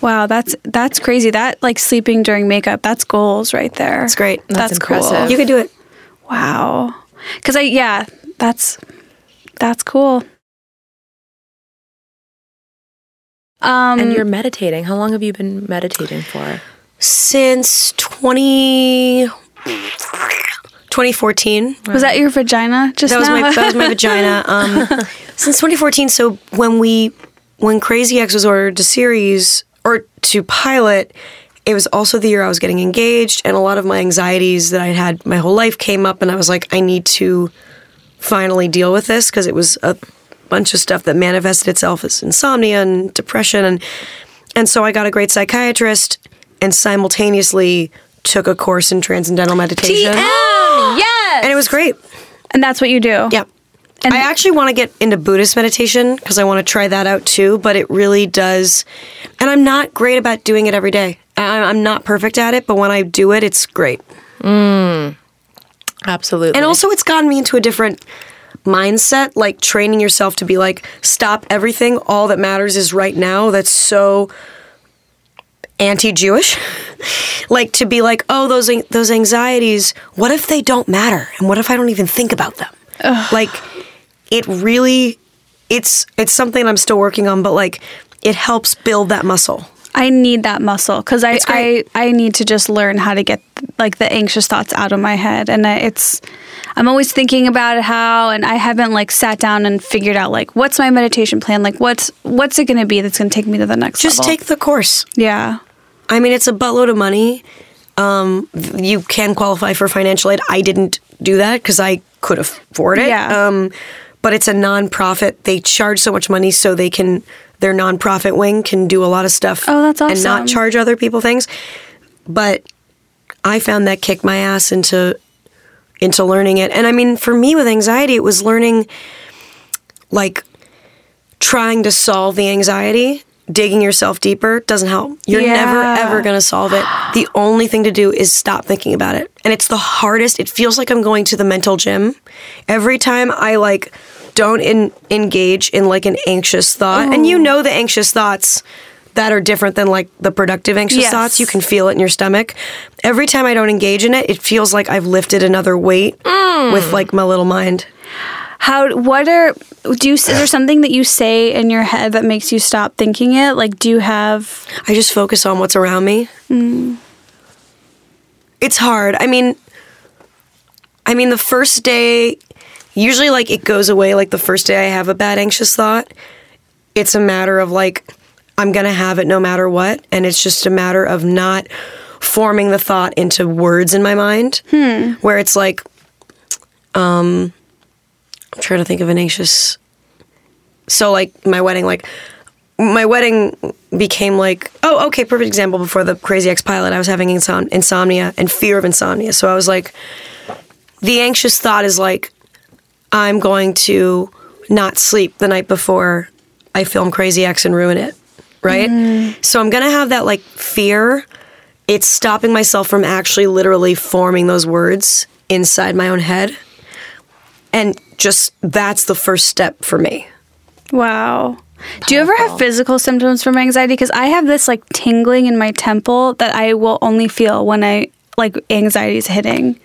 C: Wow, that's that's crazy. That like sleeping during makeup, that's goals right there. That's
E: great.
C: That's,
B: That's
C: cool.
B: impressive.
E: You could do it.
C: Wow. Cuz I yeah, that's that's cool. Um
B: And you're meditating. How long have you been meditating for?
E: since 20, 2014.
C: was that your vagina just
E: That was
C: now?
E: my that was my vagina. Um, since 2014. So when we when Crazy Ex was ordered to series or to pilot, it was also the year I was getting engaged, and a lot of my anxieties that I had my whole life came up, and I was like, I need to finally deal with this because it was a bunch of stuff that manifested itself as insomnia and depression and and so I got a great psychiatrist and simultaneously took a course in transcendental meditation.
F: yes.
E: And it was great.
C: and that's what you do.
E: Yeah.
C: And-
E: I actually want to get into Buddhist meditation because I want to try that out too, but it really does. And I'm not great about doing it every day. I, I'm not perfect at it, but when I do it, it's great.
B: Absolutely.
E: And also, it's gotten me into a different mindset, like training yourself to be like, stop everything. All that matters is right now. That's so anti Jewish. like to be like, oh, those, an- those anxieties, what if they don't matter? And what if I don't even think about them? Like, it really. It's it's something I'm still working on, but like it helps build that muscle.
C: I need that muscle cuz I,
E: It's
C: I
E: great.
C: I need to just learn how to get like the anxious thoughts out of my head and I- it's I'm always thinking about how and I haven't like sat down and figured out like what's my meditation plan like what's what's it going to be that's going to take me to the next
E: Just
C: level?
E: take the course.
C: Yeah.
E: I mean, it's a buttload of money. Um, you can qualify for financial aid. I didn't do that because I could afford it.
C: Yeah.
E: Um, but it's a nonprofit. They charge so much money so they can their nonprofit wing can do a lot of stuff.
C: Oh, that's
E: And
C: awesome.
E: not charge other people things. But I found that kicked my ass into into learning it. And I mean, for me with anxiety, it was learning like trying to solve the anxiety, digging yourself deeper doesn't help. You're
C: Yeah.
E: never ever going to solve it. The only thing to do is stop thinking about it. And it's the hardest. It feels like I'm going to the mental gym. Every time I like don't in, engage in like an anxious thought. And you know the anxious thoughts that are different than like the productive anxious
C: Yes.
E: thoughts. You can feel it in your stomach. Every time I don't engage in it, it feels like I've lifted another weight with like my little mind.
C: How what are do you is there something that you say in your head that makes you stop thinking it? Like do you have
E: I just focus on what's around me. It's hard. I mean, I mean, the first day usually like it goes away like the first day I have a bad anxious thought. It's a matter of like I'm going to have it no matter what and it's just a matter of not forming the thought into words in my mind where it's like um I'm trying to think of an anxious so like my wedding like my wedding became like oh okay perfect example before the crazy ex pilot i was having insom- insomnia and fear of insomnia so i was like the anxious thought is like i'm going to not sleep the night before i film crazy ex and ruin it right so i'm going to have that like fear it's stopping myself from actually literally forming those words inside my own head and just that's the first step for me
C: Wow. Do you ever have physical symptoms from anxiety? Because I have this like tingling in my temple that I will only feel when I like anxiety is hitting.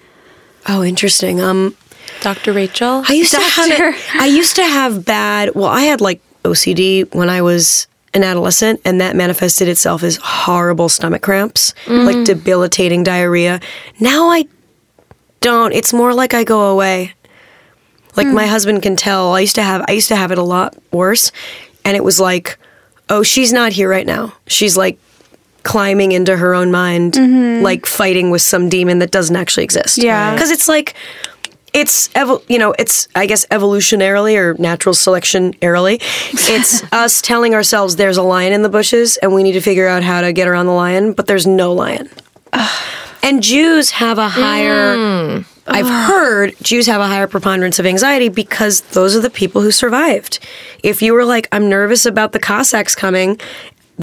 E: oh interesting um
B: Dr. Rachel.
E: I used to
C: Doctor.
E: have I used to have bad well I had like OCD when I was an adolescent and that manifested itself as horrible stomach cramps,
C: Mm.
E: like debilitating diarrhea. Now I don't. It's more like I go away. Like
C: Mm.
E: my husband can tell. I used to have I used to have it a lot worse and it was like oh she's not here right now. She's like climbing into her own mind like fighting with some demon that doesn't actually exist.
C: Mm-hmm. Yeah.
E: Cuz it's like it's evo- you know it's i guess evolutionarily or natural selectionarily it's us telling ourselves there's a lion in the bushes and we need to figure out how to get around the lion but there's no lion and jews have a higher i've heard jews have a higher preponderance of anxiety because those are the people who survived if you were like i'm nervous about the cossacks coming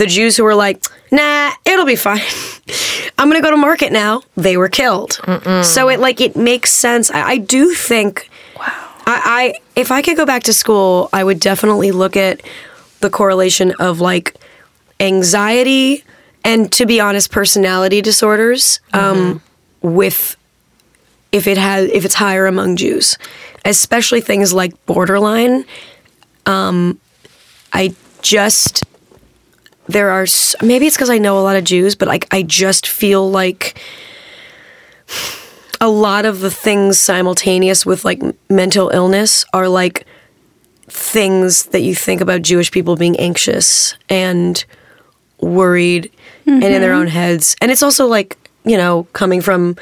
E: the jews who were like nah it'll be fine i'm gonna go to market now they were killed so it like it makes sense i, I do think I, I if I could go back to school, I would definitely look at the correlation of like anxiety and to be honest, personality disorders um, with if it has if it's higher among Jews, especially things like borderline. Um, I just there are s- maybe it's because I know a lot of Jews, but like I just feel like a lot of the things simultaneous with like m- mental illness are like things that you think about Jewish people being anxious and worried and in their own heads. And it's also like, you know, coming from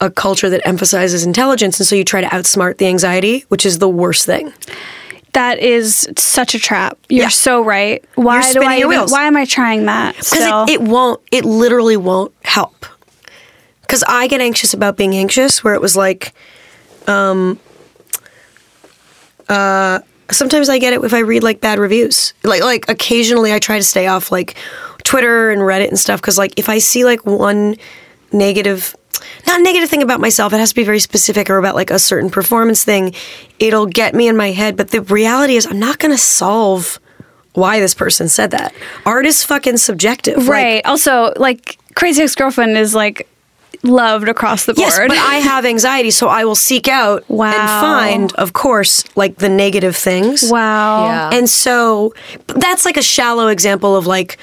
E: a culture that emphasizes intelligence and so you try to outsmart the anxiety, which is the worst thing.
C: That is such a trap. You're
E: Yeah.
C: so right. Why
E: You're
C: do
E: spinning
C: I
E: your
C: even-
E: wheels.
C: why am I trying that?
E: Because it, it won't, it literally won't help. Because I get anxious about being anxious, where it was like, um, uh, sometimes I get it if I read like bad reviews. Like, like occasionally I try to stay off like Twitter and Reddit and stuff. Because like if I see like one negative, not negative thing about myself, it has to be very specific or about like a certain performance thing. It'll get me in my head. But the reality is, I'm not going to solve. Why this person said that? Art is fucking subjective, Like,
C: right. also, like Crazy Ex-Girlfriend is like loved across the board.
E: Yes, but I have anxiety, so I will seek out and
C: Wow.
E: find, of course, like the negative things.
C: wow.
B: Yeah.
E: And so but that's like a shallow example of like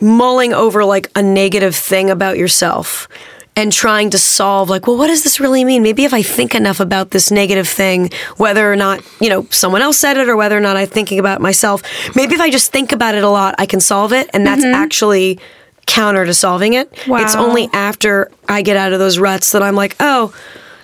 E: mulling over like a negative thing about yourself and trying to solve like, well, what does this really mean? Maybe if I think enough about this negative thing, whether or not, you know, someone else said it or whether or not I'm thinking about it myself, maybe if I just think about it a lot, I can solve it. And that's actually counter to solving it. It's
C: Mm-hmm. Wow.
E: only after I get out of those ruts that I'm like, oh,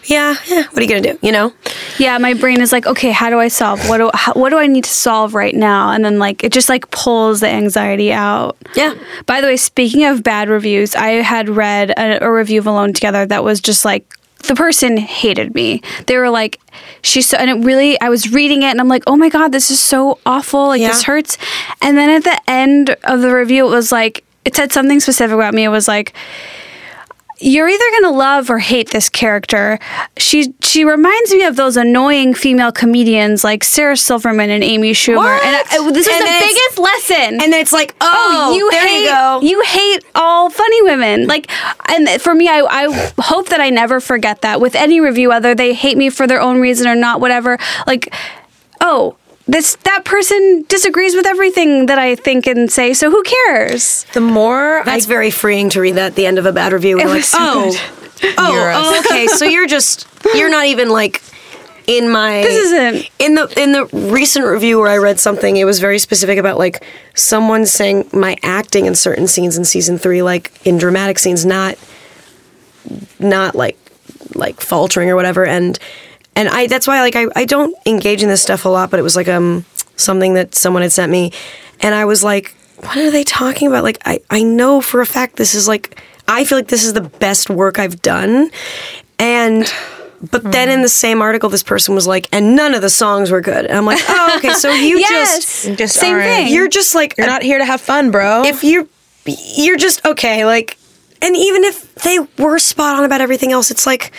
E: yeah, eh, what are you going to do? You know?
C: Yeah, my brain is like, okay, how do I solve? What do how, what do I need to solve right now? And then like it just like pulls the anxiety out.
E: Yeah.
C: By the way, speaking of bad reviews, I had read a, a review of Alone Together that was just like the person hated me. They were like, she's so, and it really, I was reading it and I'm like, oh my God, this is so awful. Like, this
E: Yeah.
C: hurts. And then at the end of the review, it was like, it said something specific about me. It was like, you're either going to love or hate this character. She she reminds me of those annoying female comedians like Sarah Silverman and Amy Schumer. And I, I- this
E: And
C: is
E: then
C: the
E: it's-
C: biggest lesson.
E: And then it's like, oh,
C: Oh, you
E: there
C: hate
E: you go.
C: you hate all funny women. Like, and for me, I, I hope that I never forget that with any review, whether they hate me for their own reason or not, whatever. Like, oh, this that person disagrees with everything that I think and say, so who cares?
B: the more
E: That's very freeing to read that at the end of a bad review. We're like,
C: was so
E: oh,
C: good.
E: oh,
B: You're a-
E: oh, okay. So you're just you're not even like in my
C: This isn't-
E: in the in the recent review where I read something. It was very specific about like someone saying my acting in certain scenes in season three, like in dramatic scenes, not not like like faltering or whatever. And and I that's why like I I don't engage in this stuff a lot, but it was like um something that someone had sent me, and I was like, what are they talking about? Like I I know for a fact this is like I feel like this is the best work I've done, and. But then in the same article, this person was like, and none of the songs were good. And I'm like, oh, okay, so you
C: Yes.
E: just,
C: Just Same aren't. thing.
E: you're just like,
F: You're not here to have fun, bro.
E: if you're, you're just, okay, like, and even if they were spot on about everything else, it's like,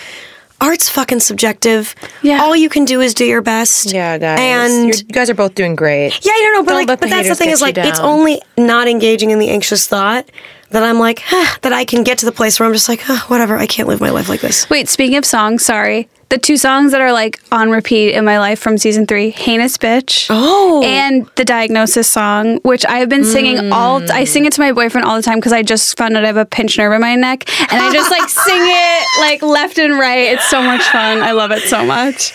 E: art's fucking subjective.
C: Yeah.
E: All you can do is do your best.
F: yeah, guys.
E: And,
F: You're- you guys are both doing great.
E: yeah, I don't know, but
B: Don't
E: like,
B: let
E: but
B: the
E: that's the
B: haters
E: thing
B: get
E: is
B: you
E: like, it's
B: down.
E: only not engaging in the anxious thought that I'm like, huh, that I can get to the place where I'm just like, huh, whatever, I can't live my life like this.
C: Wait, speaking of songs, sorry. The two songs that are like on repeat in my life from season three, "Heinous Bitch,"
E: Oh.
C: and the Diagnosis song, which I have been singing all. I sing it to my boyfriend all the time because I just found out I have a pinched nerve in my neck, and I just like sing it like left and right. It's so much fun. I love it so much.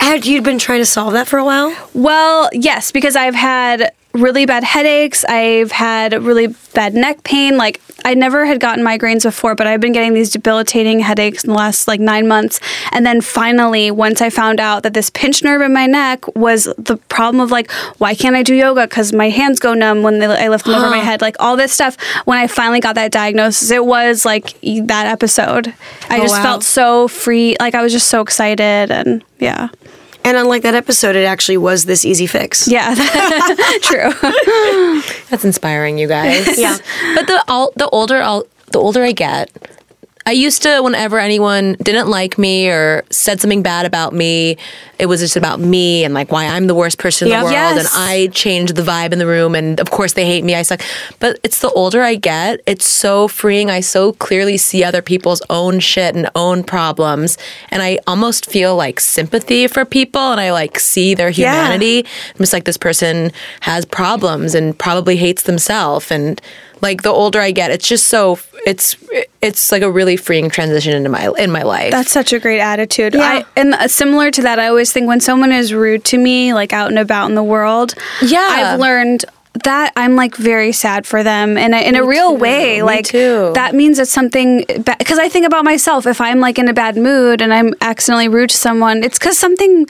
E: Had you been trying to solve that for a while?
C: Well, yes, because I've had really bad headaches. I've had really bad neck pain. Like I never had gotten migraines before, but I've been getting these debilitating headaches in the last like 9 months. And then finally, once I found out that this pinched nerve in my neck was the problem of like why can't I do yoga cuz my hands go numb when they, I lift them over my head, like all this stuff. When I finally got that diagnosis, it was like e- that episode. I just
E: wow.
C: felt so free, like I was just so excited and yeah.
E: And unlike that episode, it actually was this easy fix.
C: Yeah. True.
B: That's inspiring, you guys.
E: Yeah.
B: But the all the older i the older I get, I used to whenever anyone didn't like me or said something bad about me, it was just about me and like why I'm the worst person in
E: Yeah.
B: the world
C: Yes.
B: and I changed the vibe in the room and of course they hate me, I suck. But it's the older I get, it's so freeing. I so clearly see other people's own shit and own problems and I almost feel like sympathy for people and I like see their humanity empathy. I'm just like this person has problems and probably hates themselves. And like the older I get, it's just so it's it's like a really freeing transition into my in my life.
C: That's such a great attitude. I, and uh, similar to that, I always think when someone is rude to me, like out and about in the world,
B: Yeah.
C: I've learned that I'm like very sad for them in a, in a real way. Like
B: too.
C: that means it's something because I think about myself. If I'm like in a bad mood and I'm accidentally rude to someone, it's because something.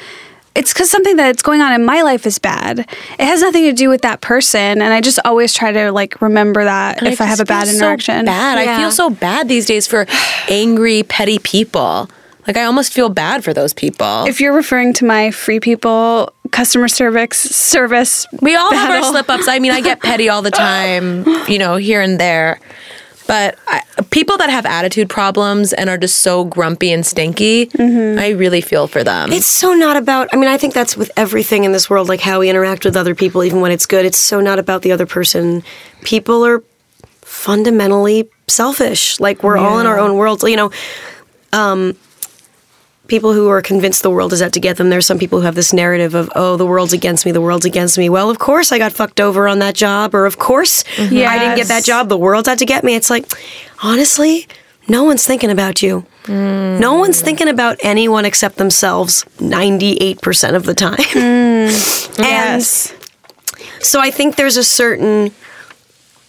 C: It's because something that's going on in my life is bad. It has nothing to do with that person, and I just always try to like remember that if I, have a
B: just feel
C: bad
B: so
C: interaction.
B: bad. I
C: Yeah.
B: feel so bad these days for angry, petty people. Like I almost feel bad for those people.
C: If you're referring to my free people customer service service,
B: we all have
C: battle.
B: our slip ups. I mean, I get petty all the time, you know, here and there. But I, people that have attitude problems and are just so grumpy and stinky,
C: Mm-hmm.
B: I really feel for them.
E: It's so not about, I mean, I think that's with everything in this world, like how we interact with other people, even when it's good. It's so not about the other person. People are fundamentally selfish. Like, we're all in our own worlds. You know, um, people who are convinced the world is out to get them, there's some people who have this narrative of, oh, the world's against me, the world's against me. Well, of course I got fucked over on that job, or of course I didn't get
C: Yes.
E: that job, the world's out to get me. It's like, honestly, no one's thinking about you. No one's thinking about anyone except themselves 98% of the time. and so I think there's a certain,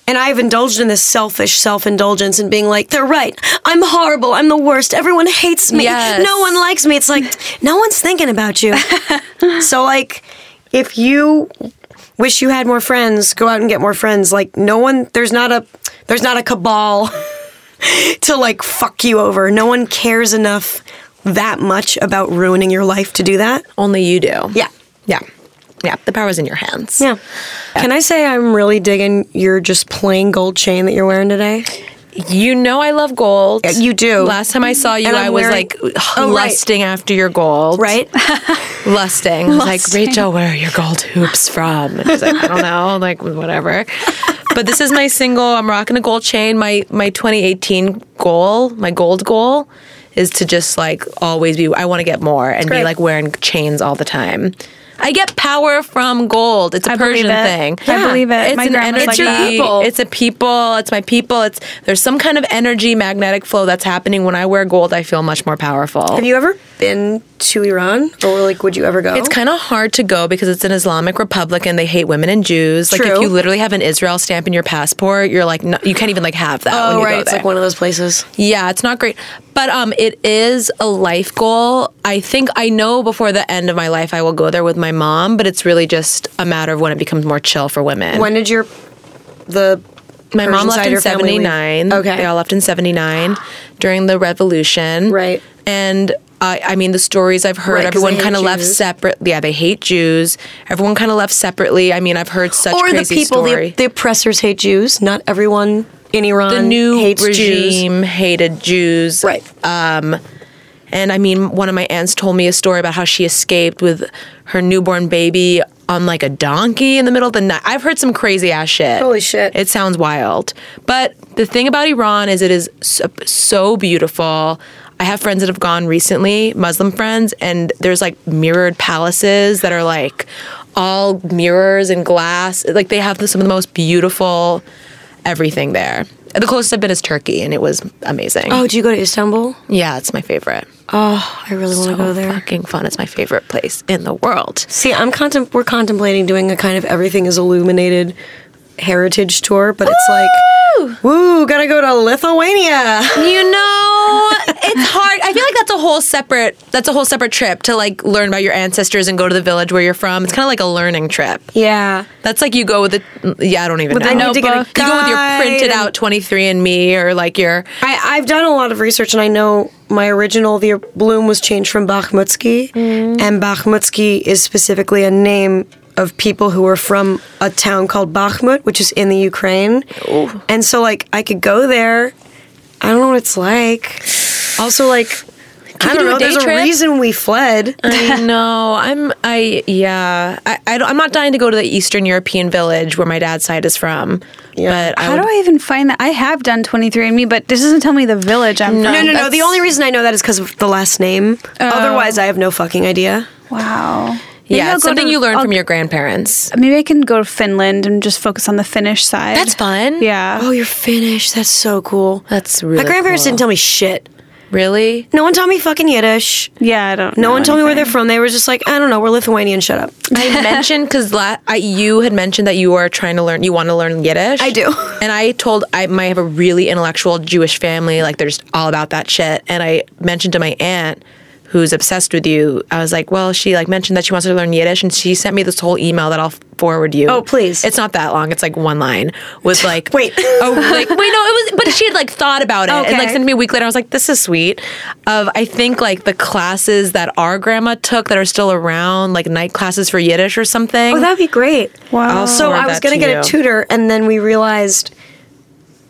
E: and I've indulged in this selfish self indulgence and being like, they're right. I'm horrible. I'm the worst. Everyone hates me.
B: Yes.
E: No one likes me. It's like, no one's thinking about you. so, like, if you wish you had more friends go out and get more friends like no one there's not a there's not a cabal to like fuck you over no one cares enough that much about ruining your life to do that
B: Only you do.
E: yeah
B: Yeah. Yeah. The power's in your hands.
E: yeah can i say i'm really digging your just plain gold chain that you're wearing today
B: You know I love gold.
E: Yeah, you do.
B: Last time I saw you,
E: And I'm
B: I was
E: wearing-
B: like
E: Oh, right.
B: lusting after your gold.
E: right
B: Lusting. I was like,
C: Lusting.
B: Rachel, where are your gold hoops from? And she's like, I don't know. Like, whatever. But this is my single. I'm rocking a gold chain. My my 2018 goal, my gold goal, is to just like always be. I want to get more and be
E: great.
B: like wearing chains all the time. I get power from gold. It's a
C: I believe
B: Persian
C: it.
B: thing.
C: I Yeah. believe it.
B: It's
C: My
B: an
C: grandma's
B: energy.
C: like that.
E: People.
B: It's a people. It's my people. It's there's some kind of energy magnetic flow that's happening when I wear gold. I feel much more powerful.
E: Have you ever been to Iran, or like, would you ever go?
B: It's kind of hard to go because it's an Islamic republic and they hate women and Jews. Like if
E: True.
B: you literally have an Israel stamp in your passport, you're like no, you can't even like have that
E: oh
B: when you
E: right,
B: go
E: it's
B: there.
E: like one of those places.
B: yeah, it's not great. But um it is a life goal. I think I know before the end of my life I will go there with my mom, but it's really just a matter of when it becomes more chill for women.
E: When did your the
B: my mom
E: Persian
B: left in
E: side of your family leave?
B: 79.
E: Okay.
B: They all left in 79 during the revolution.
E: Right.
B: And I, I mean, the stories I've heard,
E: Right, 'cause
B: everyone
E: they hate
B: kind of left
E: Jews.
B: separate. Yeah, they hate Jews. Everyone kind of left separately. I mean, I've heard such
E: or the
B: crazy
E: people
B: story.
E: the, the oppressors hate Jews? Not everyone in Iran
B: the new
E: hates Jews.
B: regime hated Jews.
E: Right.
B: And I mean, one of my aunts told me a story about how she escaped with her newborn baby on like a donkey in the middle of the night. I've heard some crazy ass shit.
E: Holy shit.
B: It sounds wild. But the thing about Iran is it is so, so beautiful. I have friends that have gone recently, Muslim friends, and there's like mirrored palaces that are like all mirrors and glass. Like they have the, some of the most beautiful everything there. The closest I've been is Turkey, and it was amazing.
E: oh, do you go to Istanbul?
B: Yeah, it's my favorite
E: Oh, I really want to go there.
B: fucking fun. It's my favorite place in the world.
E: See, I'm contem- we're contemplating doing a kind of everything is illuminated heritage tour, but it's like, woo, gotta go to Lithuania.
B: You know, it's hard. I feel like that's a whole separate that's a whole separate trip to like learn about your ancestors and go to the village where you're from. It's kind of like a learning trip.
E: Yeah,
B: That's like you go with the yeah, I don't even know.
E: then you need to get a
B: you go with your
E: guide
B: printed
E: and-
B: out 23andMe or like your
E: I, I've done a lot of research, and I know my original the bloom was changed from Bakhmutsky,
B: Mm.
E: and Bakhmutsky is specifically a name of people who are from a town called Bakhmut, which is in the Ukraine. And so, like, I could go there. I don't know what it's like. Also, like,
B: we
E: I don't
B: do a
E: know.
B: day
E: there's
B: trip?
E: a reason we fled.
B: I know. I'm. I yeah. I. I don't, I'm not dying to go to the Eastern European village where my dad's side is from.
E: Yeah.
B: But I
C: How
B: would,
C: do I even find that? I have done 23andMe, but this doesn't tell me the village I'm
E: No,
C: from.
E: no, no. The only reason I know that is because of the last name.
B: Oh.
E: Otherwise, I have no fucking idea.
C: Wow. Maybe
B: yeah,
C: I'll
B: it's
C: go
B: something
C: to-
B: you learn
C: I'll-
B: from your grandparents.
C: Maybe I can go to Finland and just focus on the Finnish side.
B: That's fun.
C: Yeah.
E: Oh, you're Finnish. That's so cool.
B: That's really
E: My grandparents
B: cool.
E: didn't tell me shit.
B: Really?
E: No one taught me fucking Yiddish.
C: Yeah, I don't
E: No
C: know
E: one told me where they're
C: anything.
E: from. They were just like, I don't know, we're Lithuanian. Shut up.
B: I mentioned because la- I, you had mentioned that you are trying to learn, you want to learn Yiddish.
E: I do.
B: And I told I might have a really intellectual Jewish family, like they're just all about that shit. And I mentioned to my aunt, who's obsessed with you, I was like, well, she like mentioned that she wants to learn Yiddish, and she sent me this whole email that I'll forward you.
E: Oh, please.
B: It's not that long. It's like one line. Was like
E: Wait.
B: Oh, like wait, no, it was. But she had like thought about it and like
C: Okay.
B: sent me a week later. I was like, this is sweet. Of I think like the classes that our grandma took that are still around, like night classes for Yiddish or something.
E: Oh, that'd be great.
C: Wow. I'll
E: So
B: forward
E: I was
B: that
E: gonna
B: to
E: get
B: you.
E: a tutor, and then we realized,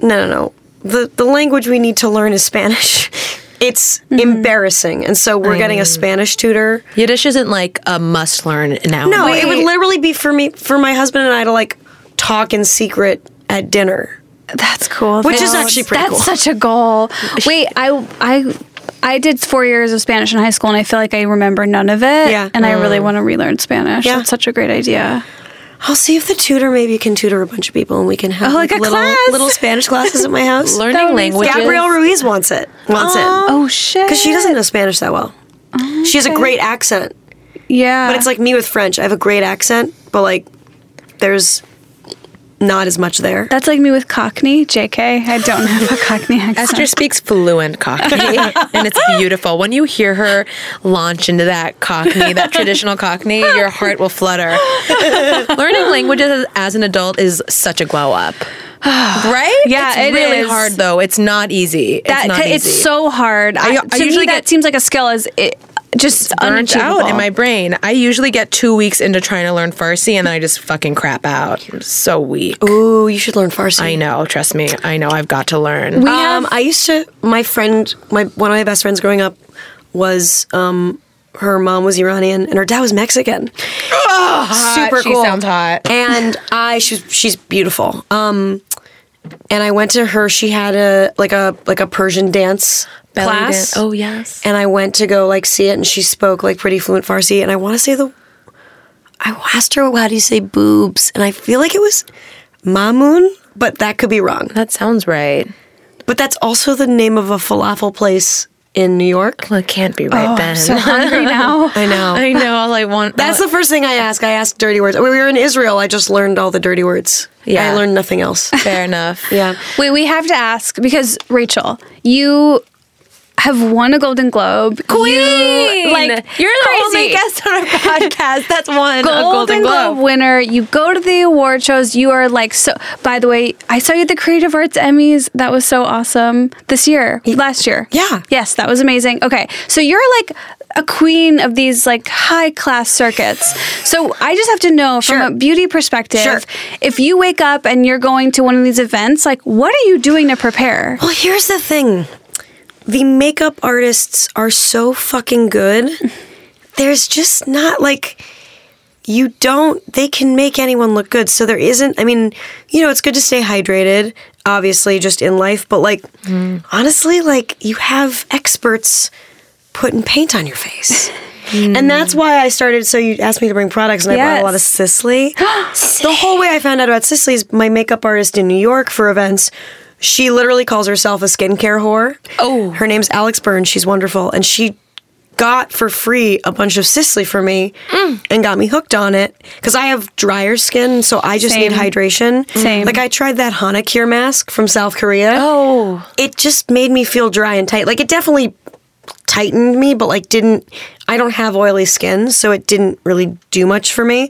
E: no, no, no. The the language we need to learn is Spanish. It's embarrassing, and so we're getting a Spanish tutor.
B: Yiddish isn't like a must learn now.
E: No, it would literally be for me, for my husband and I to like talk in secret at dinner.
C: That's cool.
E: Which
C: That's-
E: is actually pretty
C: That's
E: cool.
C: such a goal. Wait, I I I did 4 years of Spanish in high school and I feel like I remember none of it
E: Yeah.
C: and I really want to relearn Spanish.
E: Yeah.
C: That's such a great idea.
E: I'll see if the tutor maybe can tutor a bunch of people, and we can have
C: Oh, like a
E: little
C: class.
E: little Spanish classes at my house.
B: learning languages.
E: Gabrielle Ruiz wants it. Wants it.
C: Oh shit.
E: Because she doesn't know Spanish that well. She has a great accent.
C: Yeah.
E: But it's like me with French. I have a great accent, but like there's not as much there.
C: That's like me with Cockney, JK. I don't have a Cockney accent.
B: Esther speaks fluent Cockney, and it's beautiful. When you hear her launch into that Cockney, that traditional Cockney, your heart will flutter. Learning languages as, as an adult is such a glow up, right?
C: Yeah,
B: it's
C: it
B: really
C: is.
B: hard though. It's not easy. It's
C: that
B: not
C: it's
B: easy.
C: so hard. I,
B: I
C: to
B: usually
C: me, that
B: get-
C: seems like a skill is it just
B: burnt
C: unachievable.
B: out in my brain. I usually get two weeks into trying to learn Farsi, and then I just fucking crap out. I'm so weak.
E: Ooh, you should learn Farsi.
B: I know. Trust me. I know. I've got to learn. Oh,
E: um, I used to. My friend, my one of my best friends growing up, was um, her mom was Iranian and her dad was Mexican. Super
B: She
E: cool.
B: sounds hot.
E: And I, she's she's beautiful. Um, and I went to her. She had a like a like a Persian dance
B: Belly
E: class.
B: dance. Oh yes.
E: and I went to go like see it, and she spoke like pretty fluent Farsi, and I want to say the, I asked her, "How do you say boobs?" And I feel like it was Mamun, but that could be wrong.
B: That sounds right.
E: But that's also the name of a falafel place in New York.
B: Well, it can't be right
C: Oh,
B: then.
C: I'm so hungry now.
E: I know.
B: I know. All I want.
E: That's the first thing I ask. I ask dirty words. We were in Israel. I just learned all the dirty words.
B: Yeah.
E: I learned nothing else.
B: fair enough.
E: yeah.
C: Wait, we have to ask because Rachel, you have won a Golden Globe. Queen, like
F: You're the
C: crazy.
F: only guest on our podcast that's won
C: Golden,
F: a Golden
C: Globe.
F: Globe.
C: winner. You go to the award shows. You are like so. By the way, I saw you at the Creative Arts Emmys. That was so awesome this year, last year.
E: Yeah.
C: Yes, that was amazing. Okay, so you're like a queen of these like high class circuits. So I just have to know from
E: Sure.
C: a beauty perspective,
E: Sure.
C: if you wake up and you're going to one of these events, like what are you doing to prepare?
E: Well, here's the thing the makeup artists are so fucking good. There's just not like. You don't, they can make anyone look good. So there isn't, I mean, you know, it's good to stay hydrated, obviously, just in life, but like, honestly, like, you have experts putting paint on your face. And that's why I started. So you asked me to bring products, and I bought a lot of
C: Yes.
E: Sisley. the whole way I found out about Sisley is my makeup artist in New York for events. She literally calls herself a skincare whore. Oh, her name's Alex Byrne. She's wonderful, and she got for free a bunch of Sisley for me
C: Mm.
E: and got me hooked on it because I have drier skin, so I just need
C: Same.
E: hydration.
C: Same.
E: Like I tried that Hana Cure mask from South Korea. Oh, it just made me feel dry and tight. Like it definitely tightened me, but like didn't. I don't have oily skin, so it didn't really do much for me.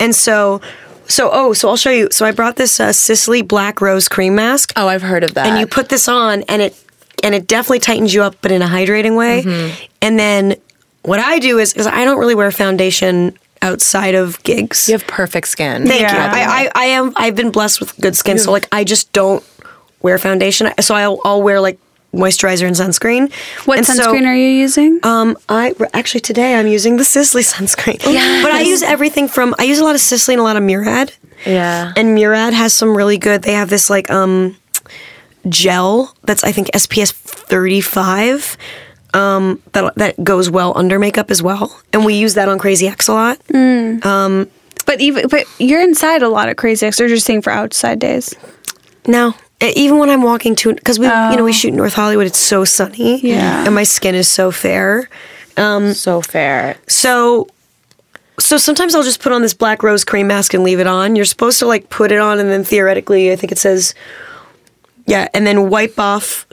E: And so, so oh, so I'll show you. So I brought this uh, Sisley Black Rose Cream Mask,
B: Oh, I've heard of that.
E: and you put this on, and it and it definitely tightens you up, but in a hydrating way.
C: Mm-hmm.
E: And then what I do is, because I don't really wear foundation outside of gigs.
B: You have perfect skin.
E: Thank
C: Yeah.
E: you. I, I, I am. I've been blessed with good skin, so like I just don't wear foundation. So I'll, I'll wear like moisturizer and sunscreen.
C: What
E: And so-
C: sunscreen are you using?
E: um, I actually today I'm using the Sisley sunscreen,
C: Oh,
E: but I use everything from I use a lot of Sisley and a lot of Murad,
B: Yeah.
E: and Murad has some really good. They have this like um gel that's I think SPF 35 um, that that goes well under makeup as well, and we use that on Crazy X a lot.
C: But even but you're inside a lot of crazy ex. Or just saying for outside days.
E: No. E- Even when I'm walking to, because we, you
B: Oh.
E: know, we shoot in North Hollywood, it's so sunny,
C: Yeah.
E: and my skin is so fair. Um,
B: so fair.
E: So, so sometimes I'll just put on this black rose cream mask and leave it on. You're supposed to like put it on, and then theoretically, I think it says, yeah, and then wipe off.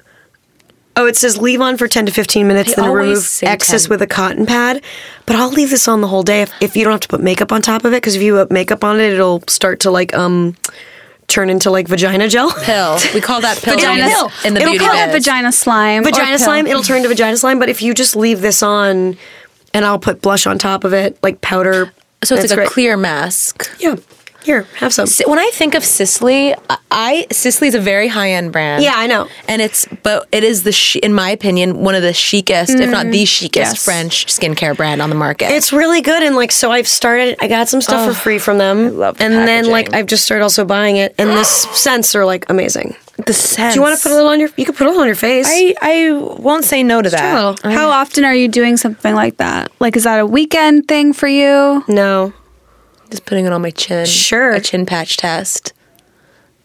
E: Oh, it says leave on for 10 to 15 minutes,
B: They
E: then
B: always
E: remove
B: say
E: excess
B: 10.
E: with a cotton pad. But I'll leave this on the whole day if, if you don't have to put makeup on top of it, because if you put makeup on it, it'll start to like um turn into like vagina gel.
B: Pill. We call that pill.
E: Vagina
B: in the-
E: pill.
B: In the
E: It'll
B: beauty
E: call
C: Call it
B: biz.
C: vagina slime. or
E: vagina
C: pill.
E: slime. It'll turn into vagina slime. But if you just leave this on, and I'll put blush on top of it, like powder.
B: So it's like
E: great.
B: a clear mask.
E: Yeah, here, have some.
B: Si- When I think of Sisley, I- I Sisley is a very high end brand.
E: Yeah, I know.
B: and it's but it is the chi- in my opinion one of the chicest, if not the chicest,
C: Yes.
B: French skincare brand on the market.
E: It's really good, and like so, I've started. I got some stuff for free from them,
B: love the
E: and then like
B: packaging.
E: I've just started also buying it. And this scents are like amazing.
B: the sense.
E: Do you want to put a little on your? You can put a little on your face.
B: I I won't say no to that.
C: How often are you doing something like that? Like, is that a weekend thing for you?
E: no,
B: Just putting it on my chin.
E: Sure.
B: a chin patch test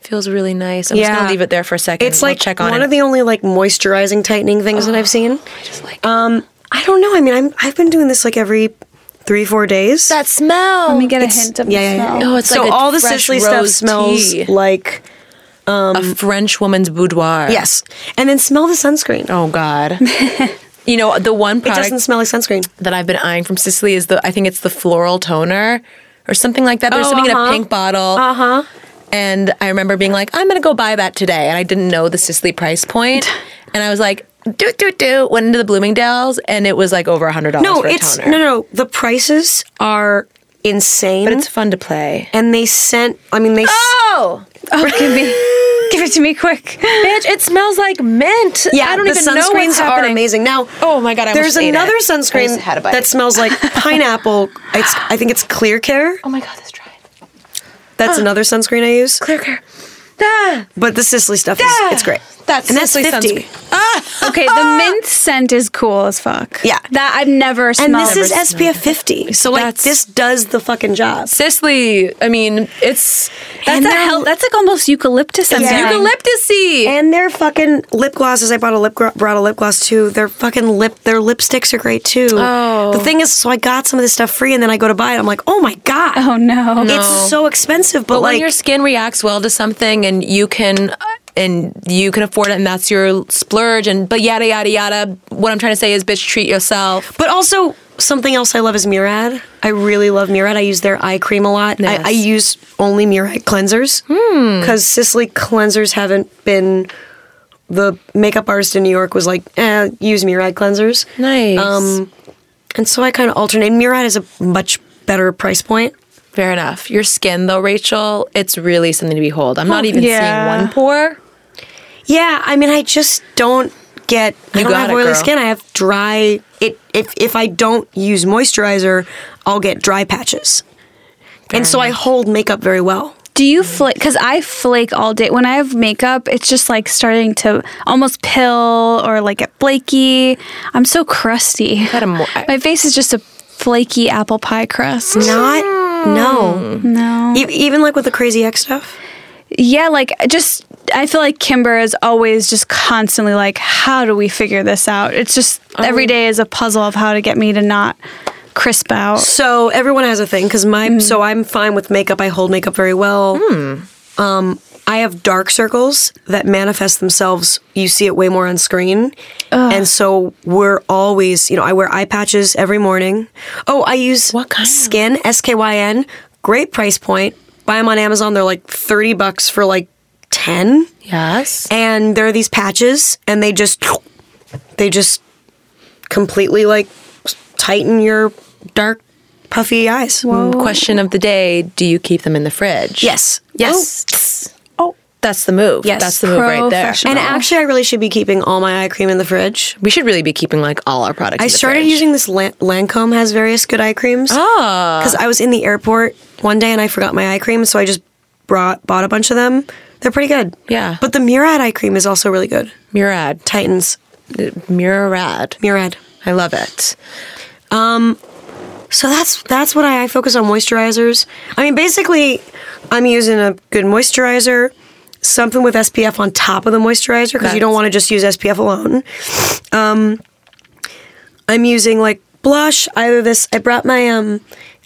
B: feels really nice. I'm just
E: Yeah.
B: gonna leave it there for a second.
E: it's
B: We'll
E: like
B: check on
E: one
B: it. Oh,
E: of the only like moisturizing, tightening things that I've seen.
B: Just like
E: Um, I don't know. I mean, I'm I've been doing this like every three, four days.
B: that smell.
C: Let me get a hint of
E: yeah,
C: the
E: yeah, yeah.
C: smell.
B: Oh, it's
E: so
B: like a
E: all the
B: fresh
E: Sisley stuff
B: rose
E: smells
B: tea.
E: like
B: a French woman's boudoir.
E: um, yes, and then smell the sunscreen.
B: Oh God. you know the one
E: it
B: product
E: doesn't smell like sunscreen.
B: that I've been eyeing from Sicily is the I think it's the floral toner or something like that. There's
E: Oh,
B: something in
E: uh-huh.
B: a pink bottle.
E: Uh huh.
B: And I remember being like, I'm gonna go buy that today. And I didn't know the Sicily price point. And I was like, doot doot doot, went into the Bloomingdale's and it was like over a hundred dollars
E: No,
B: for a
E: it's
B: Oh, toner.
E: no, no. The prices are insane.
B: But it's fun to play.
E: and they sent. I mean, they. s-
B: Oh
C: Oh, give me, give it to me quick.
B: bitch, it smells like mint.
E: Yeah,
B: I don't
E: the
B: even know what's
E: sunscreens are
B: happening.
E: amazing. Now,
B: Oh my God, I
E: there's
B: almost ate
E: another
B: it. I
E: sunscreen
B: just had a bite.
E: that smells like pineapple. It's, I think it's Clear Care.
B: Oh my god, let's try it.
E: That's another sunscreen I use.
B: Clear care.
E: But the Sicily stuff is it's great.
B: Ah, That's Ah.
E: and that's
B: Sicily sounds
E: 50.
C: Okay, the mint scent is cool as fuck.
E: Yeah.
C: That I've never
E: And
C: smelled.
E: this is SPF 50. So like
B: That's-
E: this does the fucking job.
B: Sicily. I mean, it's
C: that's,
E: and
C: a
E: they're-
C: hell, that's like almost eucalyptus. I'm getting.
B: eucalyptusy.
E: And their fucking lip glosses. I bought a lip gro- brought a lip gloss too. Their fucking lip their lipsticks are great too.
B: Oh.
E: The thing is, so I got some of this stuff free, and then I go to buy it. I'm like, oh my god,
C: Oh no.
E: it's so expensive. But,
B: But
E: like,
B: when your skin reacts well to something and you can and you can afford it and that's your splurge and but yada yada yada what i'm trying to say is bitch treat yourself
E: But also something else I love is Murad. I really love Murad. I use their eye cream a lot.
B: Yes.
E: I, I use only Murad cleansers because Sicily cleansers haven't been. The makeup artist in New York was like, eh, use Murad cleansers.
B: Nice.
E: Um, and so I kind of alternate. Murad is a much better price point.
B: fair enough your skin though rachel it's really something to behold i'm not
E: Oh,
B: even
C: yeah.
B: seeing one pore
E: Yeah, I mean, I just don't get. I
B: You
E: don't
B: got
E: have
B: it,
E: oily
B: girl.
E: skin. I have dry. It if if I don't use moisturizer, I'll get dry patches. and so I hold makeup very well.
C: Do you flake? Because I flake all day. When I have makeup, it's just like starting to almost pill or like get flaky. I'm so crusty.
B: Got a mo- I-
C: My face is just a flaky apple pie crust.
E: Not no no. even like with the crazy X stuff.
C: Yeah, like just I feel like Kimber is always just constantly like, how do we figure this out? It's just
B: Oh.
C: every day is a puzzle of how to get me to not crisp out.
E: So everyone has a thing because my so I'm fine with makeup. I hold makeup very well. Um, I have dark circles that manifest themselves. You see it way more on screen, and so we're always you know I wear eye patches every morning. Oh, I use what
B: kind?
E: Skin S K Y N. Great price point. Buy them on Amazon. They're like thirty bucks for like ten.
B: yes
E: and there are these patches and they just they just completely like tighten your dark puffy eyes
B: question of the day do you keep them in the fridge
E: yes
B: yes oh that's the move
E: Yes.
B: that's the move right there
C: Professional.
E: Oh. and actually i really should be keeping all my eye cream in the fridge
B: we should really be keeping like all our products
E: i
B: in the
E: started
B: fridge.
E: using this Lan- lancome has various good eye creams
B: Ah.
E: because i was in the airport one day and i forgot my eye cream so i just brought bought a bunch of them they're pretty good
B: Yeah.
E: but the murad eye cream is also really good
B: murad
E: titans
B: murad
E: murad
B: i love it
E: So that's that's what I, I focus on moisturizers. I mean, basically, I'm using a good moisturizer, something with SPF on top of the moisturizer because you don't
B: That's-
E: want to just use SPF alone. Um, I'm using like blush. Either this, I brought my um,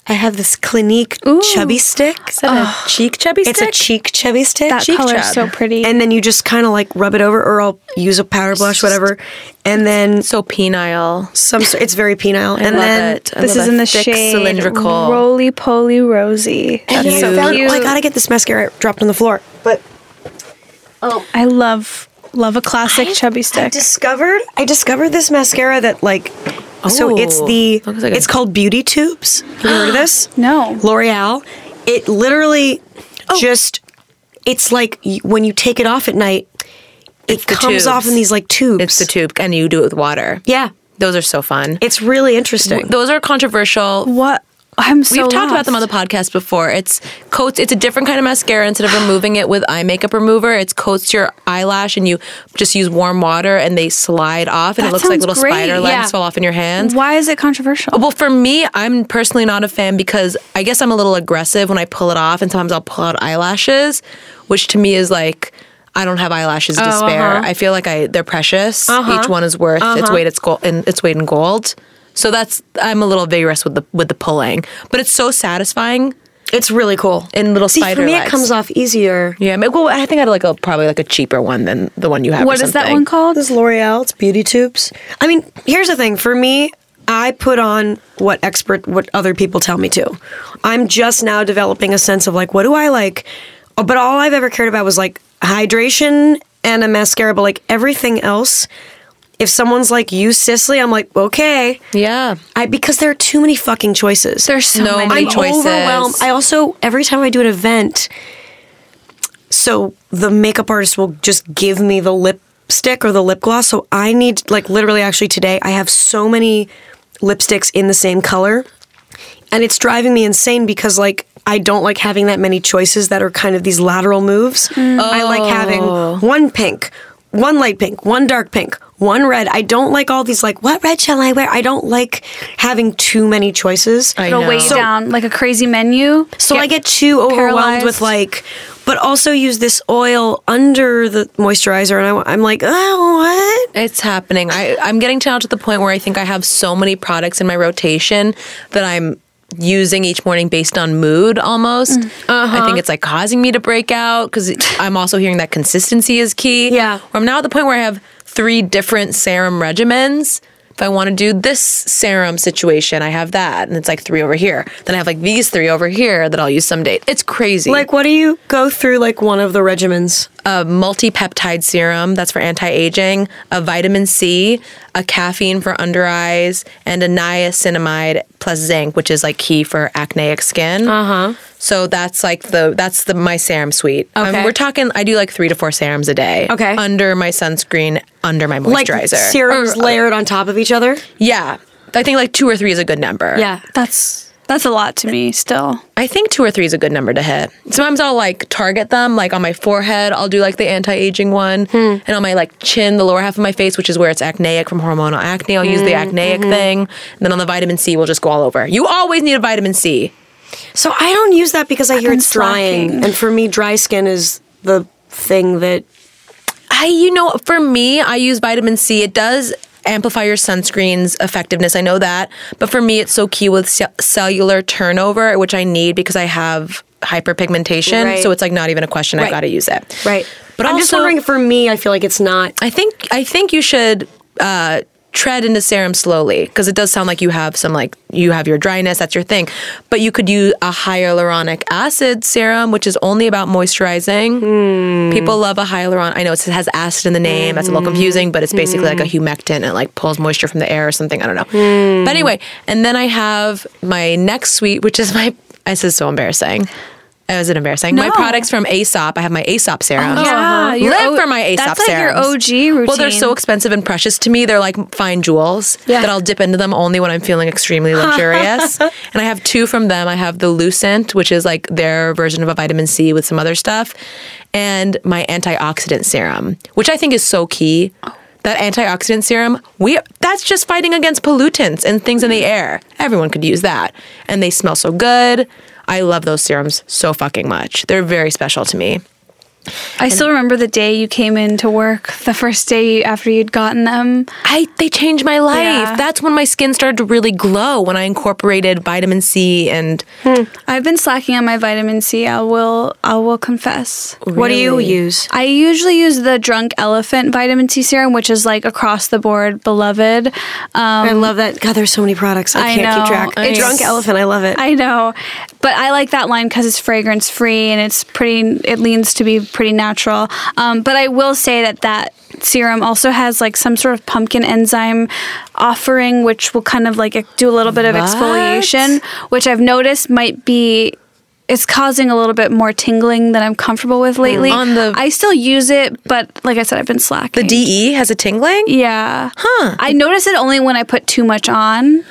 E: I have this Clinique chubby stick.
B: that a cheek chubby
E: It's a cheek chubby stick.
C: that
E: cheek
C: color is
B: chub.
C: so pretty.
E: And then you just kind of like rub it over, or I'll use a powder blush, whatever. And then
B: so penile.
E: some. sort- It's very penile. and
B: love
E: then
B: it. I
C: this
B: love
C: is
B: a
C: in the
B: thick
C: shade
B: cylindrical.
C: Roly Poly Rosy.
E: And
B: That's
E: then I
B: so
E: found,
C: cute.
E: oh, I gotta get this mascara dropped on the floor. But
C: I love love a classic chubby
E: I
C: stick.
E: discovered I discovered this mascara that like so
B: Oh,
E: it's the
B: looks like a-
E: it's called Beauty Tubes. Have you heard of this?
C: No.
E: L'Oreal. It literally just it's like y- when you take it off at night, it
B: the
E: comes off
B: tubes.
E: in these like tubes.
B: It's the tube, and you do it with water.
E: Yeah.
B: Those are so fun.
E: It's really interesting.
B: Those are controversial.
C: What I'm so
B: We've talked about them on
C: lost.
B: the podcast before. It's coats. It's a different kind of mascara. Instead of removing it with eye makeup remover, it's coats your eyelash, and you just use warm water, and they slide off, and
C: That
B: it looks like
C: sounds
B: little
C: great.
B: spider legs
E: Yeah.
B: fall off in your hands.
C: Why is it controversial?
B: Well, for me, I'm personally not a fan because I guess I'm a little aggressive when I pull it off, and sometimes I'll pull out eyelashes, which to me is like I don't have eyelashes to
E: Oh,
B: spare.
E: uh-huh.
B: I feel like I they're precious. Each one is worth its weight. It's gold in its weight in gold. So that's I'm a little vigorous with the with the pulling, but it's so satisfying
E: It's really cool.
B: in little
E: See,
B: spider
E: for me
B: legs.
E: it comes off easier.
B: Yeah, ma- well, I think I had like a probably like a cheaper one than the one you have. or
C: what is that
B: something.
C: one called?
E: This is L'Oreal. It's beauty tubes. I mean, here's the thing. For me, I put on what expert, what other people tell me to. I'm just now developing a sense of like, what do I like? Uh, But all I've ever cared about was like hydration and a mascara. But like everything else, if someone's like, you Sicily, I'm like, okay.
B: Yeah,
E: I because there are too many fucking choices.
C: There's so
B: No,
C: many.
B: my
E: I'm
B: choices.
E: overwhelmed. I also every time I do an event, so the makeup artist will just give me the lipstick or the lip gloss. So I need like literally actually today I have so many lipsticks in the same color. and it's driving me insane because like I don't like having that many choices that are kind of these lateral moves. I like having
B: Oh.
E: one pink, one light pink, one dark pink, one red. I don't like all these like what red shall I wear? I it'll like having too many choices.
B: I
C: It'll
B: know.
C: weigh you down like a crazy menu.
E: So I get too overwhelmed
C: Paralyzed.
E: with like, but also use this oil under the moisturizer, and I, am like, oh, what?
B: It's happening. I, I'm getting to now to the point where I think I have so many products in my rotation that I'm using each morning based on mood
E: Mm.
B: almost. I
E: Uh-huh.
B: think it's like causing me to break out because I'm also hearing that consistency is key.
E: Yeah.
B: Where I'm now at the point where I have three different serum regimens. If I want to do this serum situation, I have that, and it's like three over here. Then I have like these three over here that I'll use some day. It's crazy.
E: Like, what do you go through? Like one of the regimens?
B: a multi-peptide serum that's for anti-aging, a vitamin C, a caffeine for under eyes, and a niacinamide plus zinc, which is like key for acneic skin.
E: Uh-huh.
B: Uh huh. So that's like the that's the my serum suite. Um,
E: Okay.
B: we're talking. I do like three to four serums a day.
E: Okay.
B: Under my sunscreen, under my
E: like
B: moisturizer.
E: serums
B: Or- uh,
E: layered on top of each other.
B: yeah. I think like two or three is a good number.
C: That's that's a lot to me still.
B: I think two or three is a good number to hit. Sometimes I'll like target them, like on my forehead, I'll do like the anti aging one,
E: Hmm.
B: and on my like chin, the lower half of my face, which is where it's acneic from hormonal acne, I'll use the
E: Hmm,
B: acneic
E: mm-hmm.
B: thing. And then on the vitamin C, we'll just go all over. You always need a vitamin C.
E: So I don't use that because I hear
C: been
E: it's drying,
C: slacking.
E: and for me, dry skin is the thing that
B: I, you know, for me, I use vitamin C. It does amplify your sunscreen's effectiveness. I know that. But for me, it's so key with ce- cellular turnover, which I need because I have hyperpigmentation.
E: Right.
B: So it's like not even a question. I've
E: Right.
B: got to use it.
E: But
B: But
E: I'm just
B: also-
E: wondering. For me, I feel like it's not.
B: I think I think you should uh, tread into serum slowly because it does sound like you have some like you have your dryness that's your thing, but you could use a hyaluronic acid serum, which is only about moisturizing.
C: Hmm.
B: People love a hyaluron. I know it's- it has acid in the name. That's a little confusing, but it's basically like
C: Hmm.
B: a humectant. It like pulls moisture from the air or something. I don't know. But anyway, and then I have my next suite, which is my. This is so embarrassing. Oh, Is it embarrassing? My
C: No. Oh,
B: products from Aesop. I have my Aesop serum.
C: yeah. Your
B: live
C: O-
B: for my Aesop
C: that's like your
B: serums.
C: OG
B: Well, they're so
C: routine.
B: expensive and precious to me. They're like fine jewels
C: Yeah.
B: that I'll dip into them only when I'm feeling extremely luxurious. and I have two from them. I have the Lucent, which is like their version of a vitamin C with some other stuff, and my antioxidant serum, which I think is so key. That antioxidant serum, we that's just fighting against pollutants and things in the air. Everyone could use that. And they smell so good. I love those serums so fucking much. They're very special to me.
C: I still remember the day you came into work, the first day after you'd gotten them.
B: I they changed my life.
C: Yeah.
B: That's when my skin started to really glow when I incorporated vitamin C and
C: I've been slacking on my vitamin C. I will I will confess.
E: What do you use?
C: I usually use the Drunk Elephant vitamin C serum, which is like across the board beloved. Um,
E: I love that. God, there's so many products. I,
C: I
E: can't
C: know.
E: keep track.
C: I
E: A drunk
C: know.
E: elephant. I love it.
C: I know, but I like that line because it's fragrance free and it's pretty. It leans to be pretty natural. Um, but I will say that that serum also has like some sort of pumpkin enzyme offering, which will kind of like do a little bit of exfoliation, which I've noticed might be. It's causing a little bit more tingling than I'm comfortable with lately.
B: Mm. On the-
C: I still use it, but like I said, I've been slacking.
B: the DE has a tingling.
C: Yeah. Huh. I notice it only when I put too much on.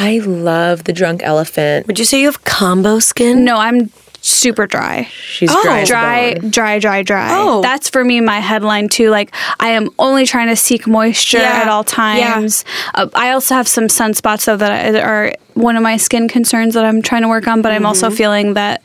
B: I love the drunk elephant.
E: Would you say you have combo skin?
C: No, I'm super dry.
B: She's
E: Oh,
B: dry. as a
C: dry,
B: bone.
C: dry, dry, dry.
E: Oh.
C: That's for me my headline too. Like I am only trying to seek moisture
E: Yeah.
C: at all
E: Yeah.
C: times. Uh, I also have some sunspots though that I- that are one of my skin concerns that I'm trying to work on, but I'm
E: Mm-hmm.
C: also feeling that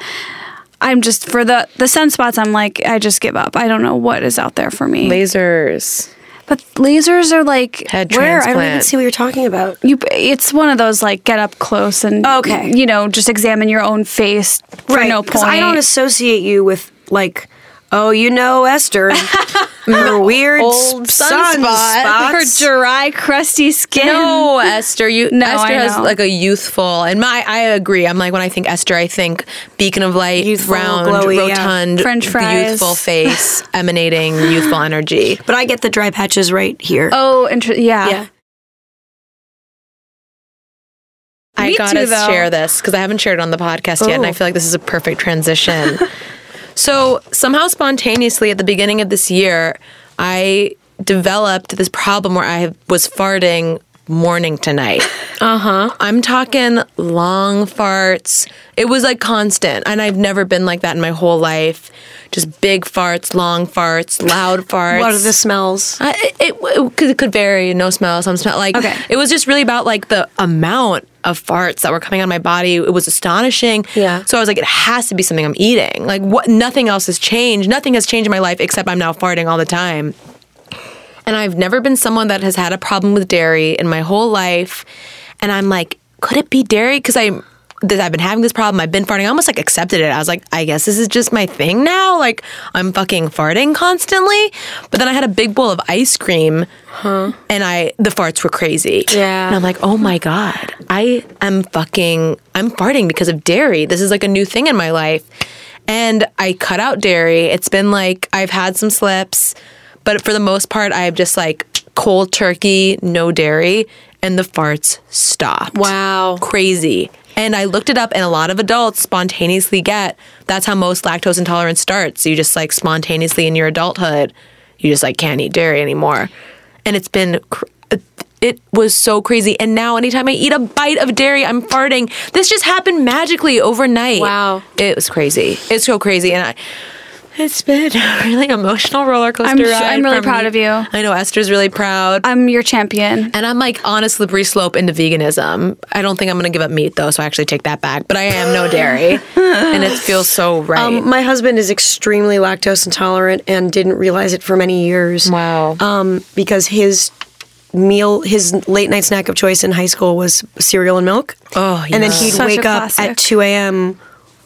C: I'm just for the the sunspots. I'm like I just give up. I don't know what is out there for me.
B: Lasers.
C: but lasers are like
B: Head
E: Where? I don't even
B: transplant.
E: see what you're talking about.
C: you it's one of those like get up close and
E: Okay.
C: you know just examine your own face for no
E: Because
C: point.
E: I don't associate you with like, oh, you know, Esther, and her weird
B: Old
E: sun
B: sunspot.
C: her
E: spots.
C: dry, crusty skin.
B: No, Esther. You
C: No,
B: Esther
C: I
B: has
C: know.
B: like a youthful, and my I agree. I'm like when I think Esther, I think beacon of light,
E: Youthful,
B: round,
E: glowy, yeah.
B: rotund,
C: French fries.
B: youthful face, emanating youthful energy.
E: But I get the dry patches right here.
C: Oh, inter- yeah.
E: Yeah.
B: I
C: Me
B: gotta
C: too, though.
B: share this because I haven't shared it on the podcast yet, and I
E: Oh.
B: feel like this is a perfect transition. so somehow spontaneously at the beginning of this year, I developed this problem where I was farting morning to night. Uh
E: Uh-huh.
B: huh. I'm talking long farts. It was like constant, and I've never been like that in my whole life. Just big farts, long farts, loud farts.
E: What are the smells?
B: I, it, it, it, could, it could vary. No smell, some smell. Like
C: Okay.
B: it was just really about like the amount of farts that were coming out of my body. It was astonishing.
E: Yeah.
B: So I was like, it has to be something I'm eating. Like what? Nothing else has changed. Nothing has changed in my life except I'm now farting all the time. And I've never been someone that has had a problem with dairy in my whole life. And I'm like, could it be dairy? Because I. That I've been having this problem. I've been farting. I almost like accepted it. I was like, I guess this is just my thing now. Like I'm fucking farting constantly. But then I had a big bowl of ice cream, and I the farts were crazy.
E: Yeah.
B: And I'm like, oh my god, I am fucking. I'm farting because of dairy. This is like a new thing in my life, and I cut out dairy. It's been like I've had some slips, but for the most part, I've just like cold turkey, no dairy, and the farts stopped.
E: Wow.
B: Crazy. And I looked it up, and a lot of adults spontaneously get that's how most lactose intolerance starts. You just like spontaneously in your adulthood, you just like can't eat dairy anymore. And it's been, cr- it was so crazy. And now, anytime I eat a bite of dairy, I'm farting. This just happened magically overnight.
E: Wow.
B: It was crazy. It's so crazy. And I, it's been a really emotional roller coaster
C: I'm su-
B: ride.
C: I'm really
B: from
C: proud
B: me.
C: of you.
B: I know Esther's really proud.
C: I'm your champion.
B: And I'm like on a slippery slope into veganism. I don't think I'm gonna give up meat though, so I actually take that back. But I am no dairy, and it feels so right.
E: Um, my husband is extremely lactose intolerant and didn't realize it for many years.
B: wow.
E: Um, because his meal, his late night snack of choice in high school was cereal and milk.
B: Oh,
E: And then
B: yeah.
E: he'd
C: Such a
E: wake up
C: classic.
E: at 2 a.m.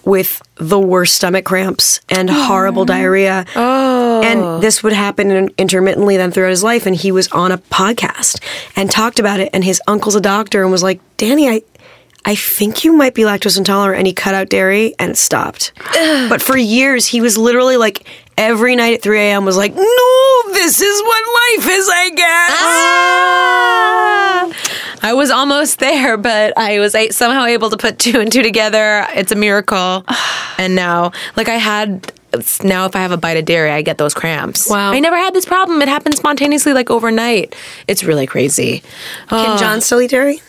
E: with the worst stomach cramps and horrible diarrhea. Oh. And this would happen in, intermittently then throughout his life. And he was on a podcast and talked about it. And his uncle's a doctor and was like, Danny, I. I think you might be lactose intolerant. And he cut out dairy and it stopped. but for years, he was literally like, every night at 3 a.m. was like, no, this is what life is, I guess.
B: Ah! I was almost there, but I was a- somehow able to put two and two together. It's a miracle. and now, like I had. it's- Now, if I have a bite of dairy, I get those cramps.
E: Wow.
B: I never had this problem. It happened spontaneously, like overnight. It's really crazy.
E: Can John still eat dairy?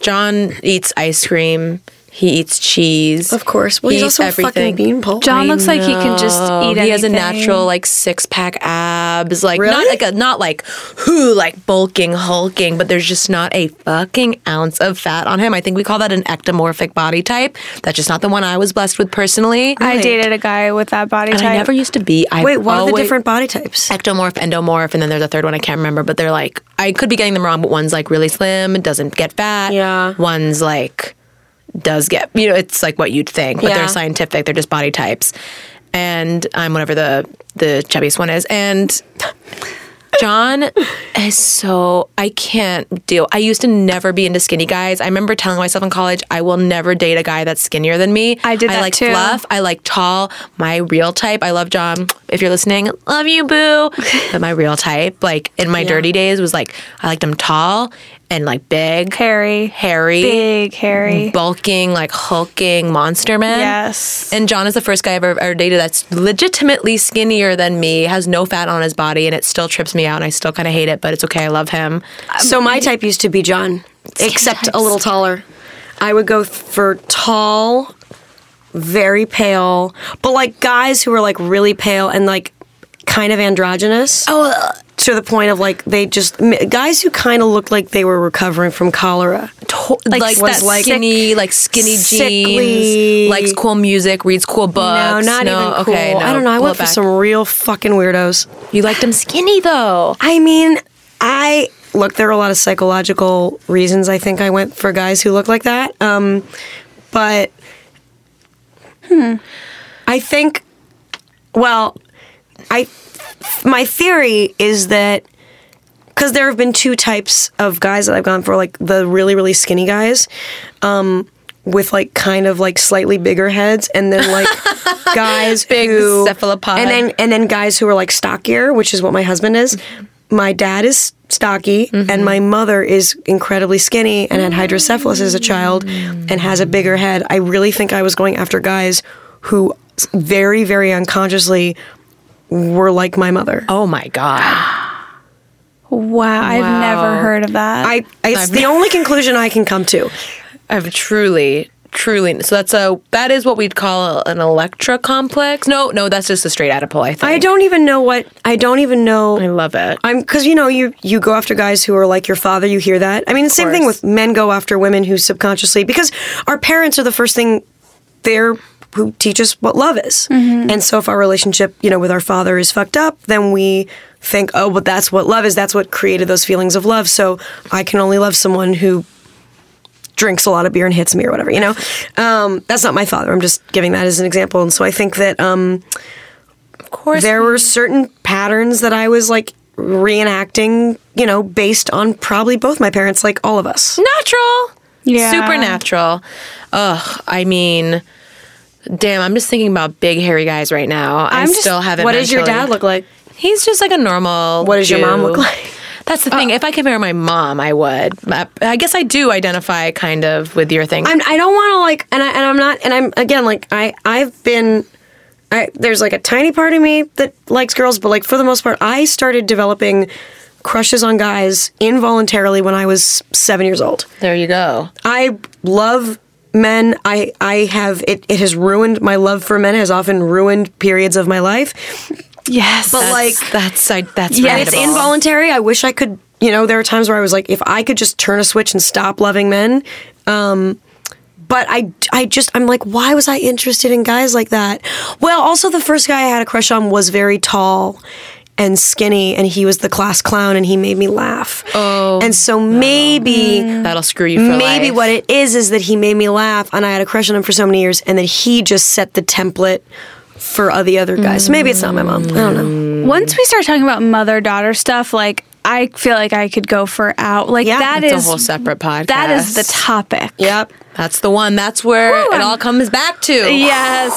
B: John eats ice cream. He eats cheese.
E: Of course. Well,
B: He
E: he's
B: eats
E: also a fucking beanpole.
C: John looks like he can just
B: Oh,
C: eat
B: he has a
C: anything.
B: natural like six pack abs, like not
E: Really?
B: like a not like who like bulking hulking, but there's just not a fucking ounce of fat on him. I think we call that an ectomorphic body type. That's just not the one I was blessed with personally.
C: I dated a guy with that body
B: and
C: type.
B: I never used to be. I
E: Wait, what are the
B: always-
E: different body types?
B: ectomorph, endomorph, and then there's a third one I can't remember. But they're like I could be getting them wrong, but one's like really slim, doesn't get fat.
E: Yeah.
B: One's like does get you know it's like what you'd think, but
E: Yeah.
B: they're scientific. They're just body types, and I'm whatever the the chubbiest one is, and. John is so I can't deal. I used to never be into skinny guys. I remember telling myself in college, I will never date a guy that's skinnier than me.
C: I did
B: I
C: that
B: like
C: too.
B: fluff. I like tall. My real type. I love John. If you're listening, love you, boo. But my real type, like in my dirty days, was like I liked them tall and like big,
C: hairy,
B: hairy,
C: big hairy.
B: bulking, like hulking monster men.
C: Yes.
B: And John is the first guy I've ever, ever dated that's legitimately skinnier than me, has no fat on his body, and it still trips me out, and I still kind of hate it, but it's okay. I love him.
E: So my type used to be John, except a little taller. I would go th- for tall, very pale, but like guys who were like really pale and like kind of androgynous. Oh.
B: uh,
E: To the point of like they just m- guys who kind of looked like they were recovering from cholera.
B: To- like
E: was
B: that
E: like-
B: skinny, like skinny
E: Sickly.
B: jeans, likes cool music, reads cool
E: no,
B: books.
E: not even cool.
B: Okay, no,
E: I don't know. I
B: pull
E: went
B: it
E: for
B: back.
E: some real fucking weirdos.
B: You liked him skinny though.
E: I mean, I look. There are a lot of psychological reasons. I think I went for guys who look like that. Um, but hmm, I think. Well, I my theory is that because there have been two types of guys that I've gone for, like the really really skinny guys. Um, with like kind of like slightly bigger heads, and then like guys
B: Big
E: who
B: cephalopod.
E: and then and then guys who are like stockier, which is what my husband is.
B: Mm-hmm.
E: My dad is stocky, and my mother is incredibly skinny and had hydrocephalus as a child
B: Mm.
E: and has a bigger head. I really think I was going after guys who s- very, very unconsciously were like Oh my mother.
B: Oh my god.
C: Wow, I've never
B: Wow.
C: heard of that.
E: I, I it's the only conclusion I can come to.
B: I've truly, truly. So that's a that is what we'd call an electra complex. No, no, that's just a straight adipole. I think.
E: I don't even know what I don't even know.
B: I love it.
E: I'm because you know you you go after guys who are like your father. You hear that. I mean, the same thing with men go after women who subconsciously because our parents are the first thing they're who teach us what love is. And so if our relationship you know with our father is fucked up, then we think oh, but that's what love is. That's what created those feelings of love. So I can only love someone who drinks a lot of beer and hits me or whatever. You know, um, that's not my father. I'm just giving that as an example. And so I think that. Um,
B: Of course,
E: there were certain patterns that I was like reenacting, you know, based on probably both my parents, like all of us.
B: natural.
C: Yeah.
B: Supernatural. Ugh. I mean, damn. I'm just thinking about big hairy guys right now. i
E: I'm just-
B: still haven't.
E: What does your dad
B: mentally-
E: look like?
B: He's just like a normal.
E: What does your
B: Jew.
E: mom look like? Uh,
B: That's the thing. if I compare my mom, I would. I, I guess I do identify kind of with your thing.
E: I'm, I don't want to like, and I and I'm not, and I'm again like I I've been. I, there's like a tiny part of me that likes girls, but like for the most part, I started developing crushes on guys involuntarily when I was seven years old.
B: there you go.
E: I love men. I I have it. It has ruined my love for men. Has often ruined periods of my life.
C: yes.
E: But like
B: That's I, that's
E: Yeah, it's
B: relatable.
E: involuntary. I wish I could. You know, there are times where I was like, if I could just turn a switch and stop loving men. Um, but I, I just, I'm like, why was I interested in guys like that? Well, also the first guy I had a crush on was very tall and skinny, and he was the class clown, and he made me laugh. Oh, and so maybe
B: That'll screw you Mm. for
E: maybe
B: life.
E: what it is is that he made me laugh and i had a crush on him for so many years and then he just set the template for uh, the other guys so maybe it's not my mom i don't
B: Mm.
E: know
C: Once we start talking about mother daughter stuff, like I feel like I could go for out. Like
E: Yeah,
C: that
E: that's
C: is
B: a whole separate podcast.
C: That is the topic.
E: yep
B: That's the one. That's where it all comes back to.
C: Yes.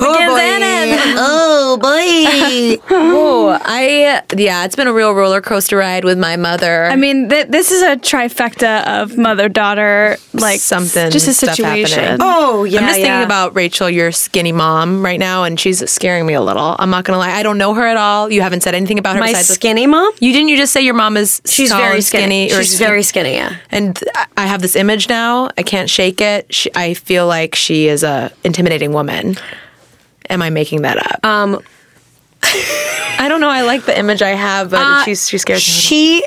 B: Begins
E: boy.
B: and ends.
E: oh boy
B: Oh, I yeah, it's been a real roller coaster ride with my mother.
C: I mean, th- this is a trifecta of mother daughter, like
B: Something,
C: just a
B: stuff
C: situation.
B: happening.
E: oh yeah
B: I'm just
E: yeah.
B: thinking about Rachel, your skinny mom, right now, and she's scaring me a little. I'm not gonna lie. I don't know her at all. You haven't said anything about her
E: my
B: besides the-
E: skinny mom
B: you didn't you just say your mom is
E: she's
B: tall
E: very
B: and
E: skinny,
B: skinny or
E: she's
B: skin-
E: very skinny yeah
B: and I- I have this image now. I can't shake it. She, I feel like she is a intimidating woman. Am I making that up?
E: um
B: I don't know. I like the image I have, but
E: Uh,
B: she's she scares me.
E: she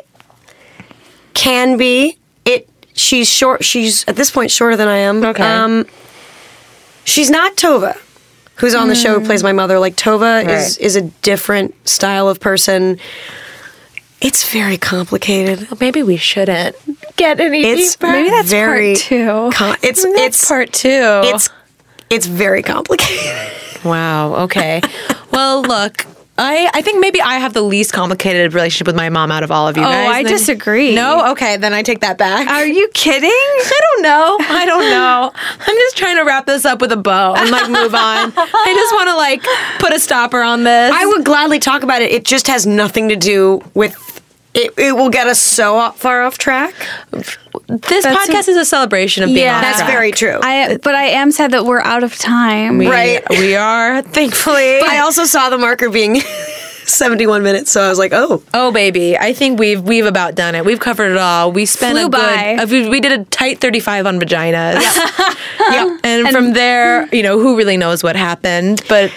E: can be it she's short she's at this point shorter than i am
B: Okay.
E: um she's not tova who's on the show who plays my mother like tova is
B: Right.
E: is a different style of person it's very complicated
B: Maybe we shouldn't get any
E: it's
B: deeper.
C: Maybe that's part
E: very
C: two.
E: com- it's
B: That's
E: it's
B: part two.
C: Oh,
E: it's it's very complicated
B: wow. Okay. well, look. I, I think maybe I have the least complicated relationship with my mom out of all of you
C: Oh,
B: guys.
C: I
B: then-
C: disagree.
B: No? Okay, then I take that back.
C: Are you kidding?
B: I don't know. I don't know. I'm just trying to wrap this up with a bow and like move on. I just want to like put a stopper on this.
E: I would gladly talk about it. It just has nothing to do with. It, it will get us so off, far off track.
B: this podcast is a celebration of being
C: Yeah.
B: on
E: That's
B: track.
E: very true.
C: I but I am sad that we're out of time.
B: We-
E: right.
B: We are thankfully.
E: I also saw the marker being 71 minutes, so I was like, oh.
B: Oh baby, I think we've we've about done it. We've covered it all. We spent
C: Flew
B: a
C: by.
B: good. uh, We, we did a tight thirty-five on vaginas. yeah, and, from there, you know, who really knows what happened, but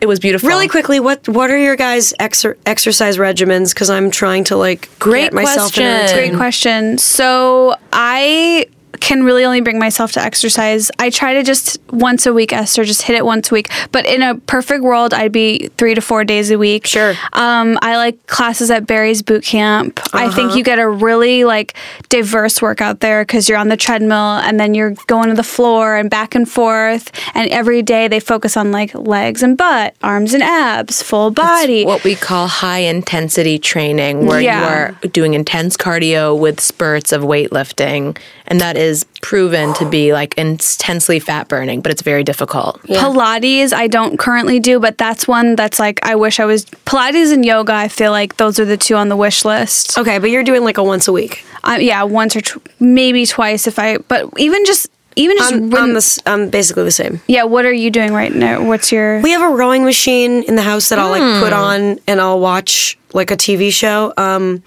B: it was beautiful.
E: Really quickly, what what are your guys' exer- exercise regimens? Because I'm trying to like
B: Great
E: get myself in a
B: question.
E: routine.
C: Great question. So I can really only bring myself to exercise. I try to just once a week, Esther, just hit it once a week. But in a perfect world, I'd be three to four days a week.
E: Sure.
C: Um, I like classes at Barry's Boot Camp. I think you get a really like diverse workout there because you're on the treadmill and then you're going to the floor and back and forth. And every day they focus on like legs and butt, arms and abs, full body.
B: what we call high intensity training, where
C: Yeah.
B: you are doing intense cardio with spurts of weightlifting, and that is proven to be like intensely fat burning, but it's very difficult.
C: Pilates, I don't currently do, but that's one that's like I wish I was Pilates and yoga. I feel like those are the two on the wish list.
E: Okay, but you're doing like a once a week.
C: Um, yeah, once or tw- maybe twice if I. But even just even just
E: I'm,
C: when-
E: I'm, the, s- I'm basically the same.
C: yeah. What are you doing right now? What's your
E: We have a
C: Hmm.
E: rowing machine in the house that I'll like put on and I'll watch like a TV show. Um,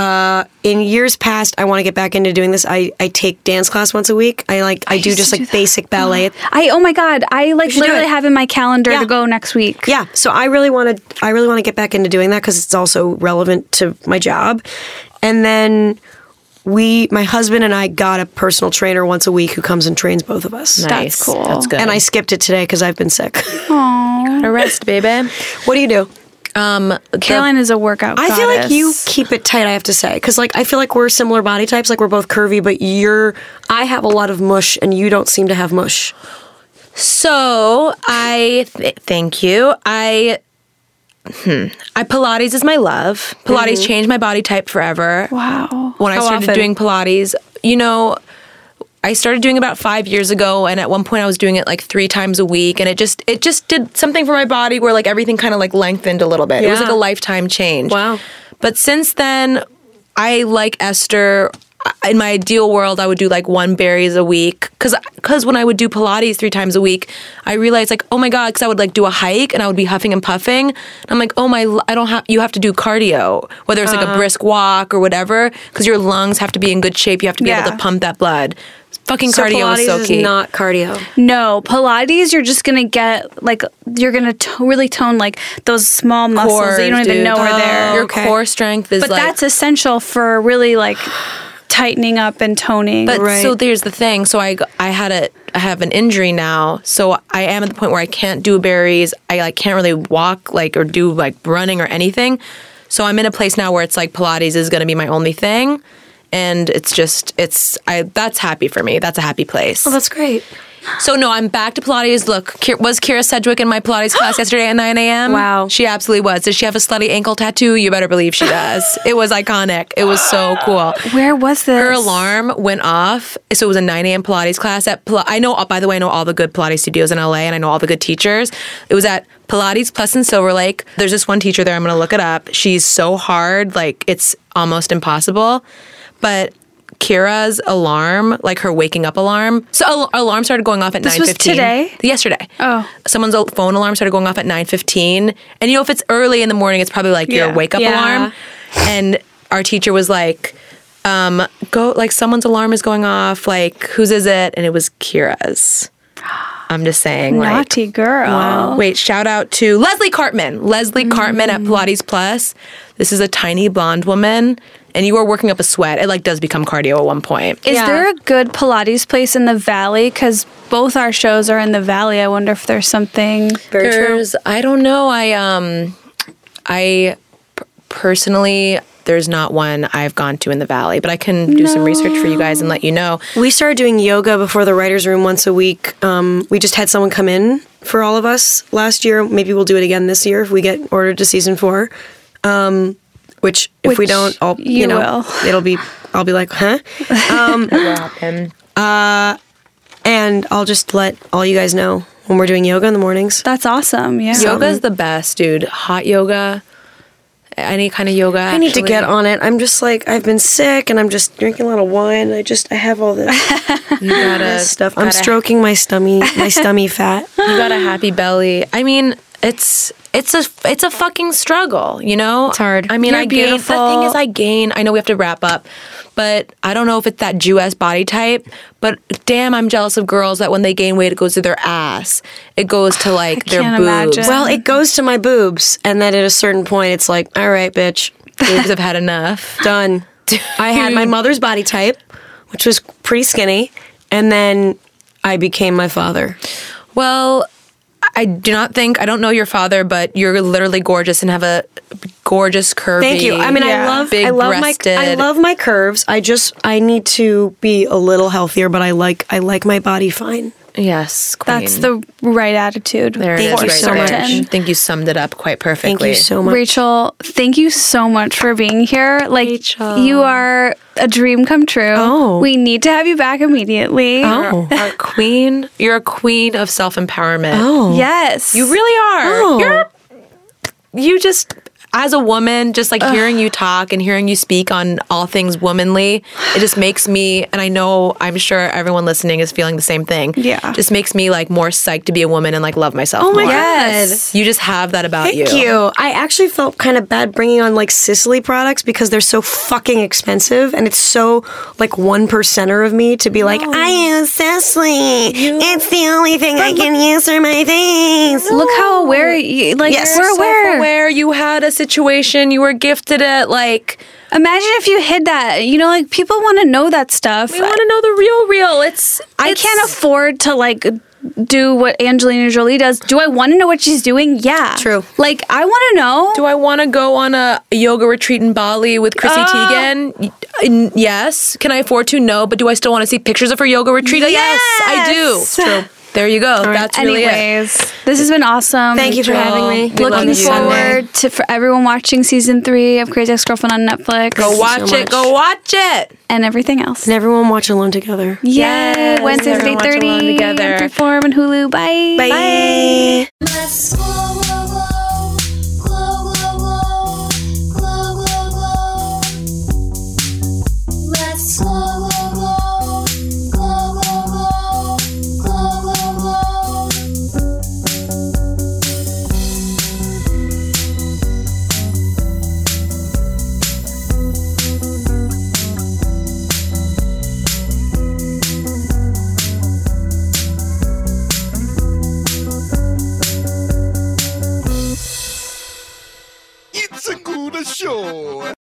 E: Uh, in years past, I want to get back into doing this. I, I take dance class once a week. I like I, do
C: used
E: just
C: to do
E: like
C: that.
E: basic ballet.
C: I oh my god, I like
E: should do
C: literally
E: it.
C: have in my calendar
E: Yeah.
C: to go next week.
E: Yeah, so I really want to I really want to get back into doing that because it's also relevant to my job. And then we, my husband and I, got a personal trainer once a week who comes and trains both of us.
B: Nice.
C: cool.
B: That's good.
E: And I skipped it today because I've been sick.
B: gotta rest, baby.
E: what do you do?
B: Um, the-
C: Caroline is a workout.
E: I feel like you
C: goddess.
E: keep it tight. I have to say, because like I feel like we're similar body types. Like we're both curvy, but you're I have a lot of mush, and you don't seem to have mush.
B: So I th- thank you. I hmm, I Pilates is my love. Pilates changed my body type forever.
C: Wow.
B: When I
E: How
B: started
E: often?
B: doing Pilates, you know, I started doing it about five years ago, and at one point I was doing it like three times a week, and it just it just did something for my body where like everything kind of like lengthened a little bit. It was
E: Yeah.
B: like a lifetime change.
E: Wow.
B: But since then, I like Esther. I- In my ideal world, I would do like one berries a week because when I would do Pilates three times a week, I realized like oh my god because I would like do a hike and I would be huffing and puffing. And I'm like oh my l- I don't have you have to do cardio whether it's like a brisk walk or whatever because your lungs have to be in good shape. You have to be able
C: Yeah.
B: to pump that blood. Fucking
E: So
B: cardio
E: Pilates
B: is so
E: is
B: key.
E: not cardio.
C: No, Pilates, you're just gonna get like you're gonna to really tone like those small muscles that you don't even
B: dude.
C: know are there.
B: Your
E: okay.
B: core strength is
C: Oh, but
B: like
C: that's essential for really like tightening up and toning.
B: But
E: Right.
B: so there's the thing. So I g- I had a I have an injury now. So I am at the point where I can't do berries. I like can't really walk like or do like running or anything. So I'm in a place now where it's like Pilates is going to be my only thing, and it's just it's I that's happy for me. That's a happy place.
E: that's great.
B: So no, I'm back to Pilates. Look, Ki- was Kira Sedgwick in my Pilates class yesterday at 9 a.m.?
E: Wow.
B: she absolutely was. Does she have a slutty ankle tattoo? You better believe she does. it was iconic. It was so cool.
C: Where was this?
B: Her alarm went off, so it was a 9 a.m. Pilates class at. Pil- I know, by the way, I know all the good Pilates studios in LA, and I know all the good teachers. It was at Pilates Plus in Silver Lake. There's this one teacher there. I'm gonna look it up. She's so hard, like it's almost impossible. But Kira's alarm, like her waking up alarm, so al- alarm started going off at 9:15
C: This was today?
B: yesterday.
C: Oh.
B: someone's al- phone alarm started going off at 9:15, and you know if it's early in the morning, it's probably like
C: Yeah.
B: your wake up
E: Yeah.
B: alarm. And our teacher was like, um, go like someone's alarm is going off, like whose is it? And it was Kira's. I'm just saying, like
C: naughty girl.
B: Wait, shout out to Leslie Cartman. Leslie Cartman at Pilates Plus. This is a tiny blonde woman, and you are working up a sweat. It like does become cardio at one point.
C: Is
E: Yeah.
C: there a good Pilates place in the valley? Because both our shows are in the valley. I wonder if there's something.
E: Very true.
B: There's- I don't know. I um, I p- personally there's not one I've gone to in the valley, but I can do some research for you guys and let you know.
E: We started doing yoga before the writers' room once a week. Um, we just had someone come in for all of us last year. Maybe we'll do it again this year if we get ordered to season four. Um, which, if we
C: Which
E: don't, I'll you,
C: you
E: know
C: will.
E: it'll be I'll be like huh, um, Uh, and I'll just let all you guys know when we're doing yoga in the mornings.
C: That's awesome. Yeah.
B: Yoga is the best, dude. Hot yoga, any kind of yoga.
E: I need to get on it. I'm just like I've been sick, and I'm just drinking a lot of wine. I just I have all this
B: You gotta
E: stuff. I'm
B: gotta-
E: stroking my stomach, my stomach fat.
B: You got a happy belly. I mean, it's it's a it's a fucking struggle, you know. It's
C: hard.
B: I mean,
C: You're
B: I gain. The
C: beautiful.
B: thing is, I gain. I know we have to wrap up, but I don't know if it's that Jewess body type. But damn, I'm jealous of girls that when they gain weight, it goes to their ass. It goes to like their
C: can't
B: boobs.
C: imagine.
E: Well, it goes to my boobs, and then at a certain point, it's like, all right, bitch,
B: boobs have had enough.
E: done. I had my mother's body type, which was pretty skinny, and then I became my father.
B: Well, I do not think I don't know your father, but you're literally gorgeous and have a gorgeous curvy.
E: Thank you. I mean, I
C: Yeah.
E: love,
B: big
E: I love my,
B: breasted.
E: I love my curves. I just, I need to be a little healthier, but I like, I like my body fine.
B: Yes, queen.
C: That's the right attitude.
B: There it
E: Thank
B: is
E: you
B: right there.
E: so much.
B: I think you summed it up quite
E: Thank
B: perfectly.
E: you so much.
C: Rachel, thank you so much for being here. Like you are a dream come true.
E: Oh.
C: We need to have you back immediately.
E: Oh.
B: Our queen, you're a queen of self empowerment.
E: Oh.
C: Yes.
B: You really are.
E: Oh.
B: You're you just as a woman, just like hearing you talk and hearing you speak on all things womanly, it just makes me, and I know I'm sure everyone listening is feeling the same thing.
C: Yeah.
B: Just makes me like more psyched to be a woman and like love myself. Oh
E: my
B: more.
E: Yes.
B: You just have that about
E: Thank you. I actually felt kind of bad bringing on like Sicily products because they're so fucking expensive, and it's so like one percenter of me to be like, I use Sicily. it's the only thing I can use for my face.
C: Look how aware you like
E: Yes.
C: we're aware.
B: Where you had a situation, you were gifted it, like
C: Imagine if you hid that. You know, like people want to know that stuff.
B: we want to know the real, real. It's
C: I
B: it's-
C: can't afford to like do what Angelina Jolie does. Do I want to know what she's doing? Yeah.
E: True.
C: Like I want to know.
B: Do I want to go on a yoga retreat in Bali with Chrissy
C: Uh,
B: Teigen? Y- n- Yes. Can I afford to? No. But do I still want to see pictures of her yoga retreat? Yes, I
C: Yes.
B: do. True. There you go. That's really it.
C: Anyways, this has been awesome.
E: Thank you for having me.
B: We love
C: Looking
B: you.
C: forward to for everyone watching season three of Crazy Ex Girlfriend on Netflix.
B: Go watch
E: so
B: it. Go watch it.
C: and everything else.
E: And everyone watch Alone Together.
C: Yay! Wednesdays at
B: Everyone
C: eight
B: watch Alone
C: thirty.
B: Together.
C: Platform and Hulu. Bye.
E: Bye.
D: Let's glow, glow, glow, glow, glow, glow, glow, glow, glow. Let's glow, glow, glow, glow, glow, glow, glow, glow, glow.
A: It's a good show.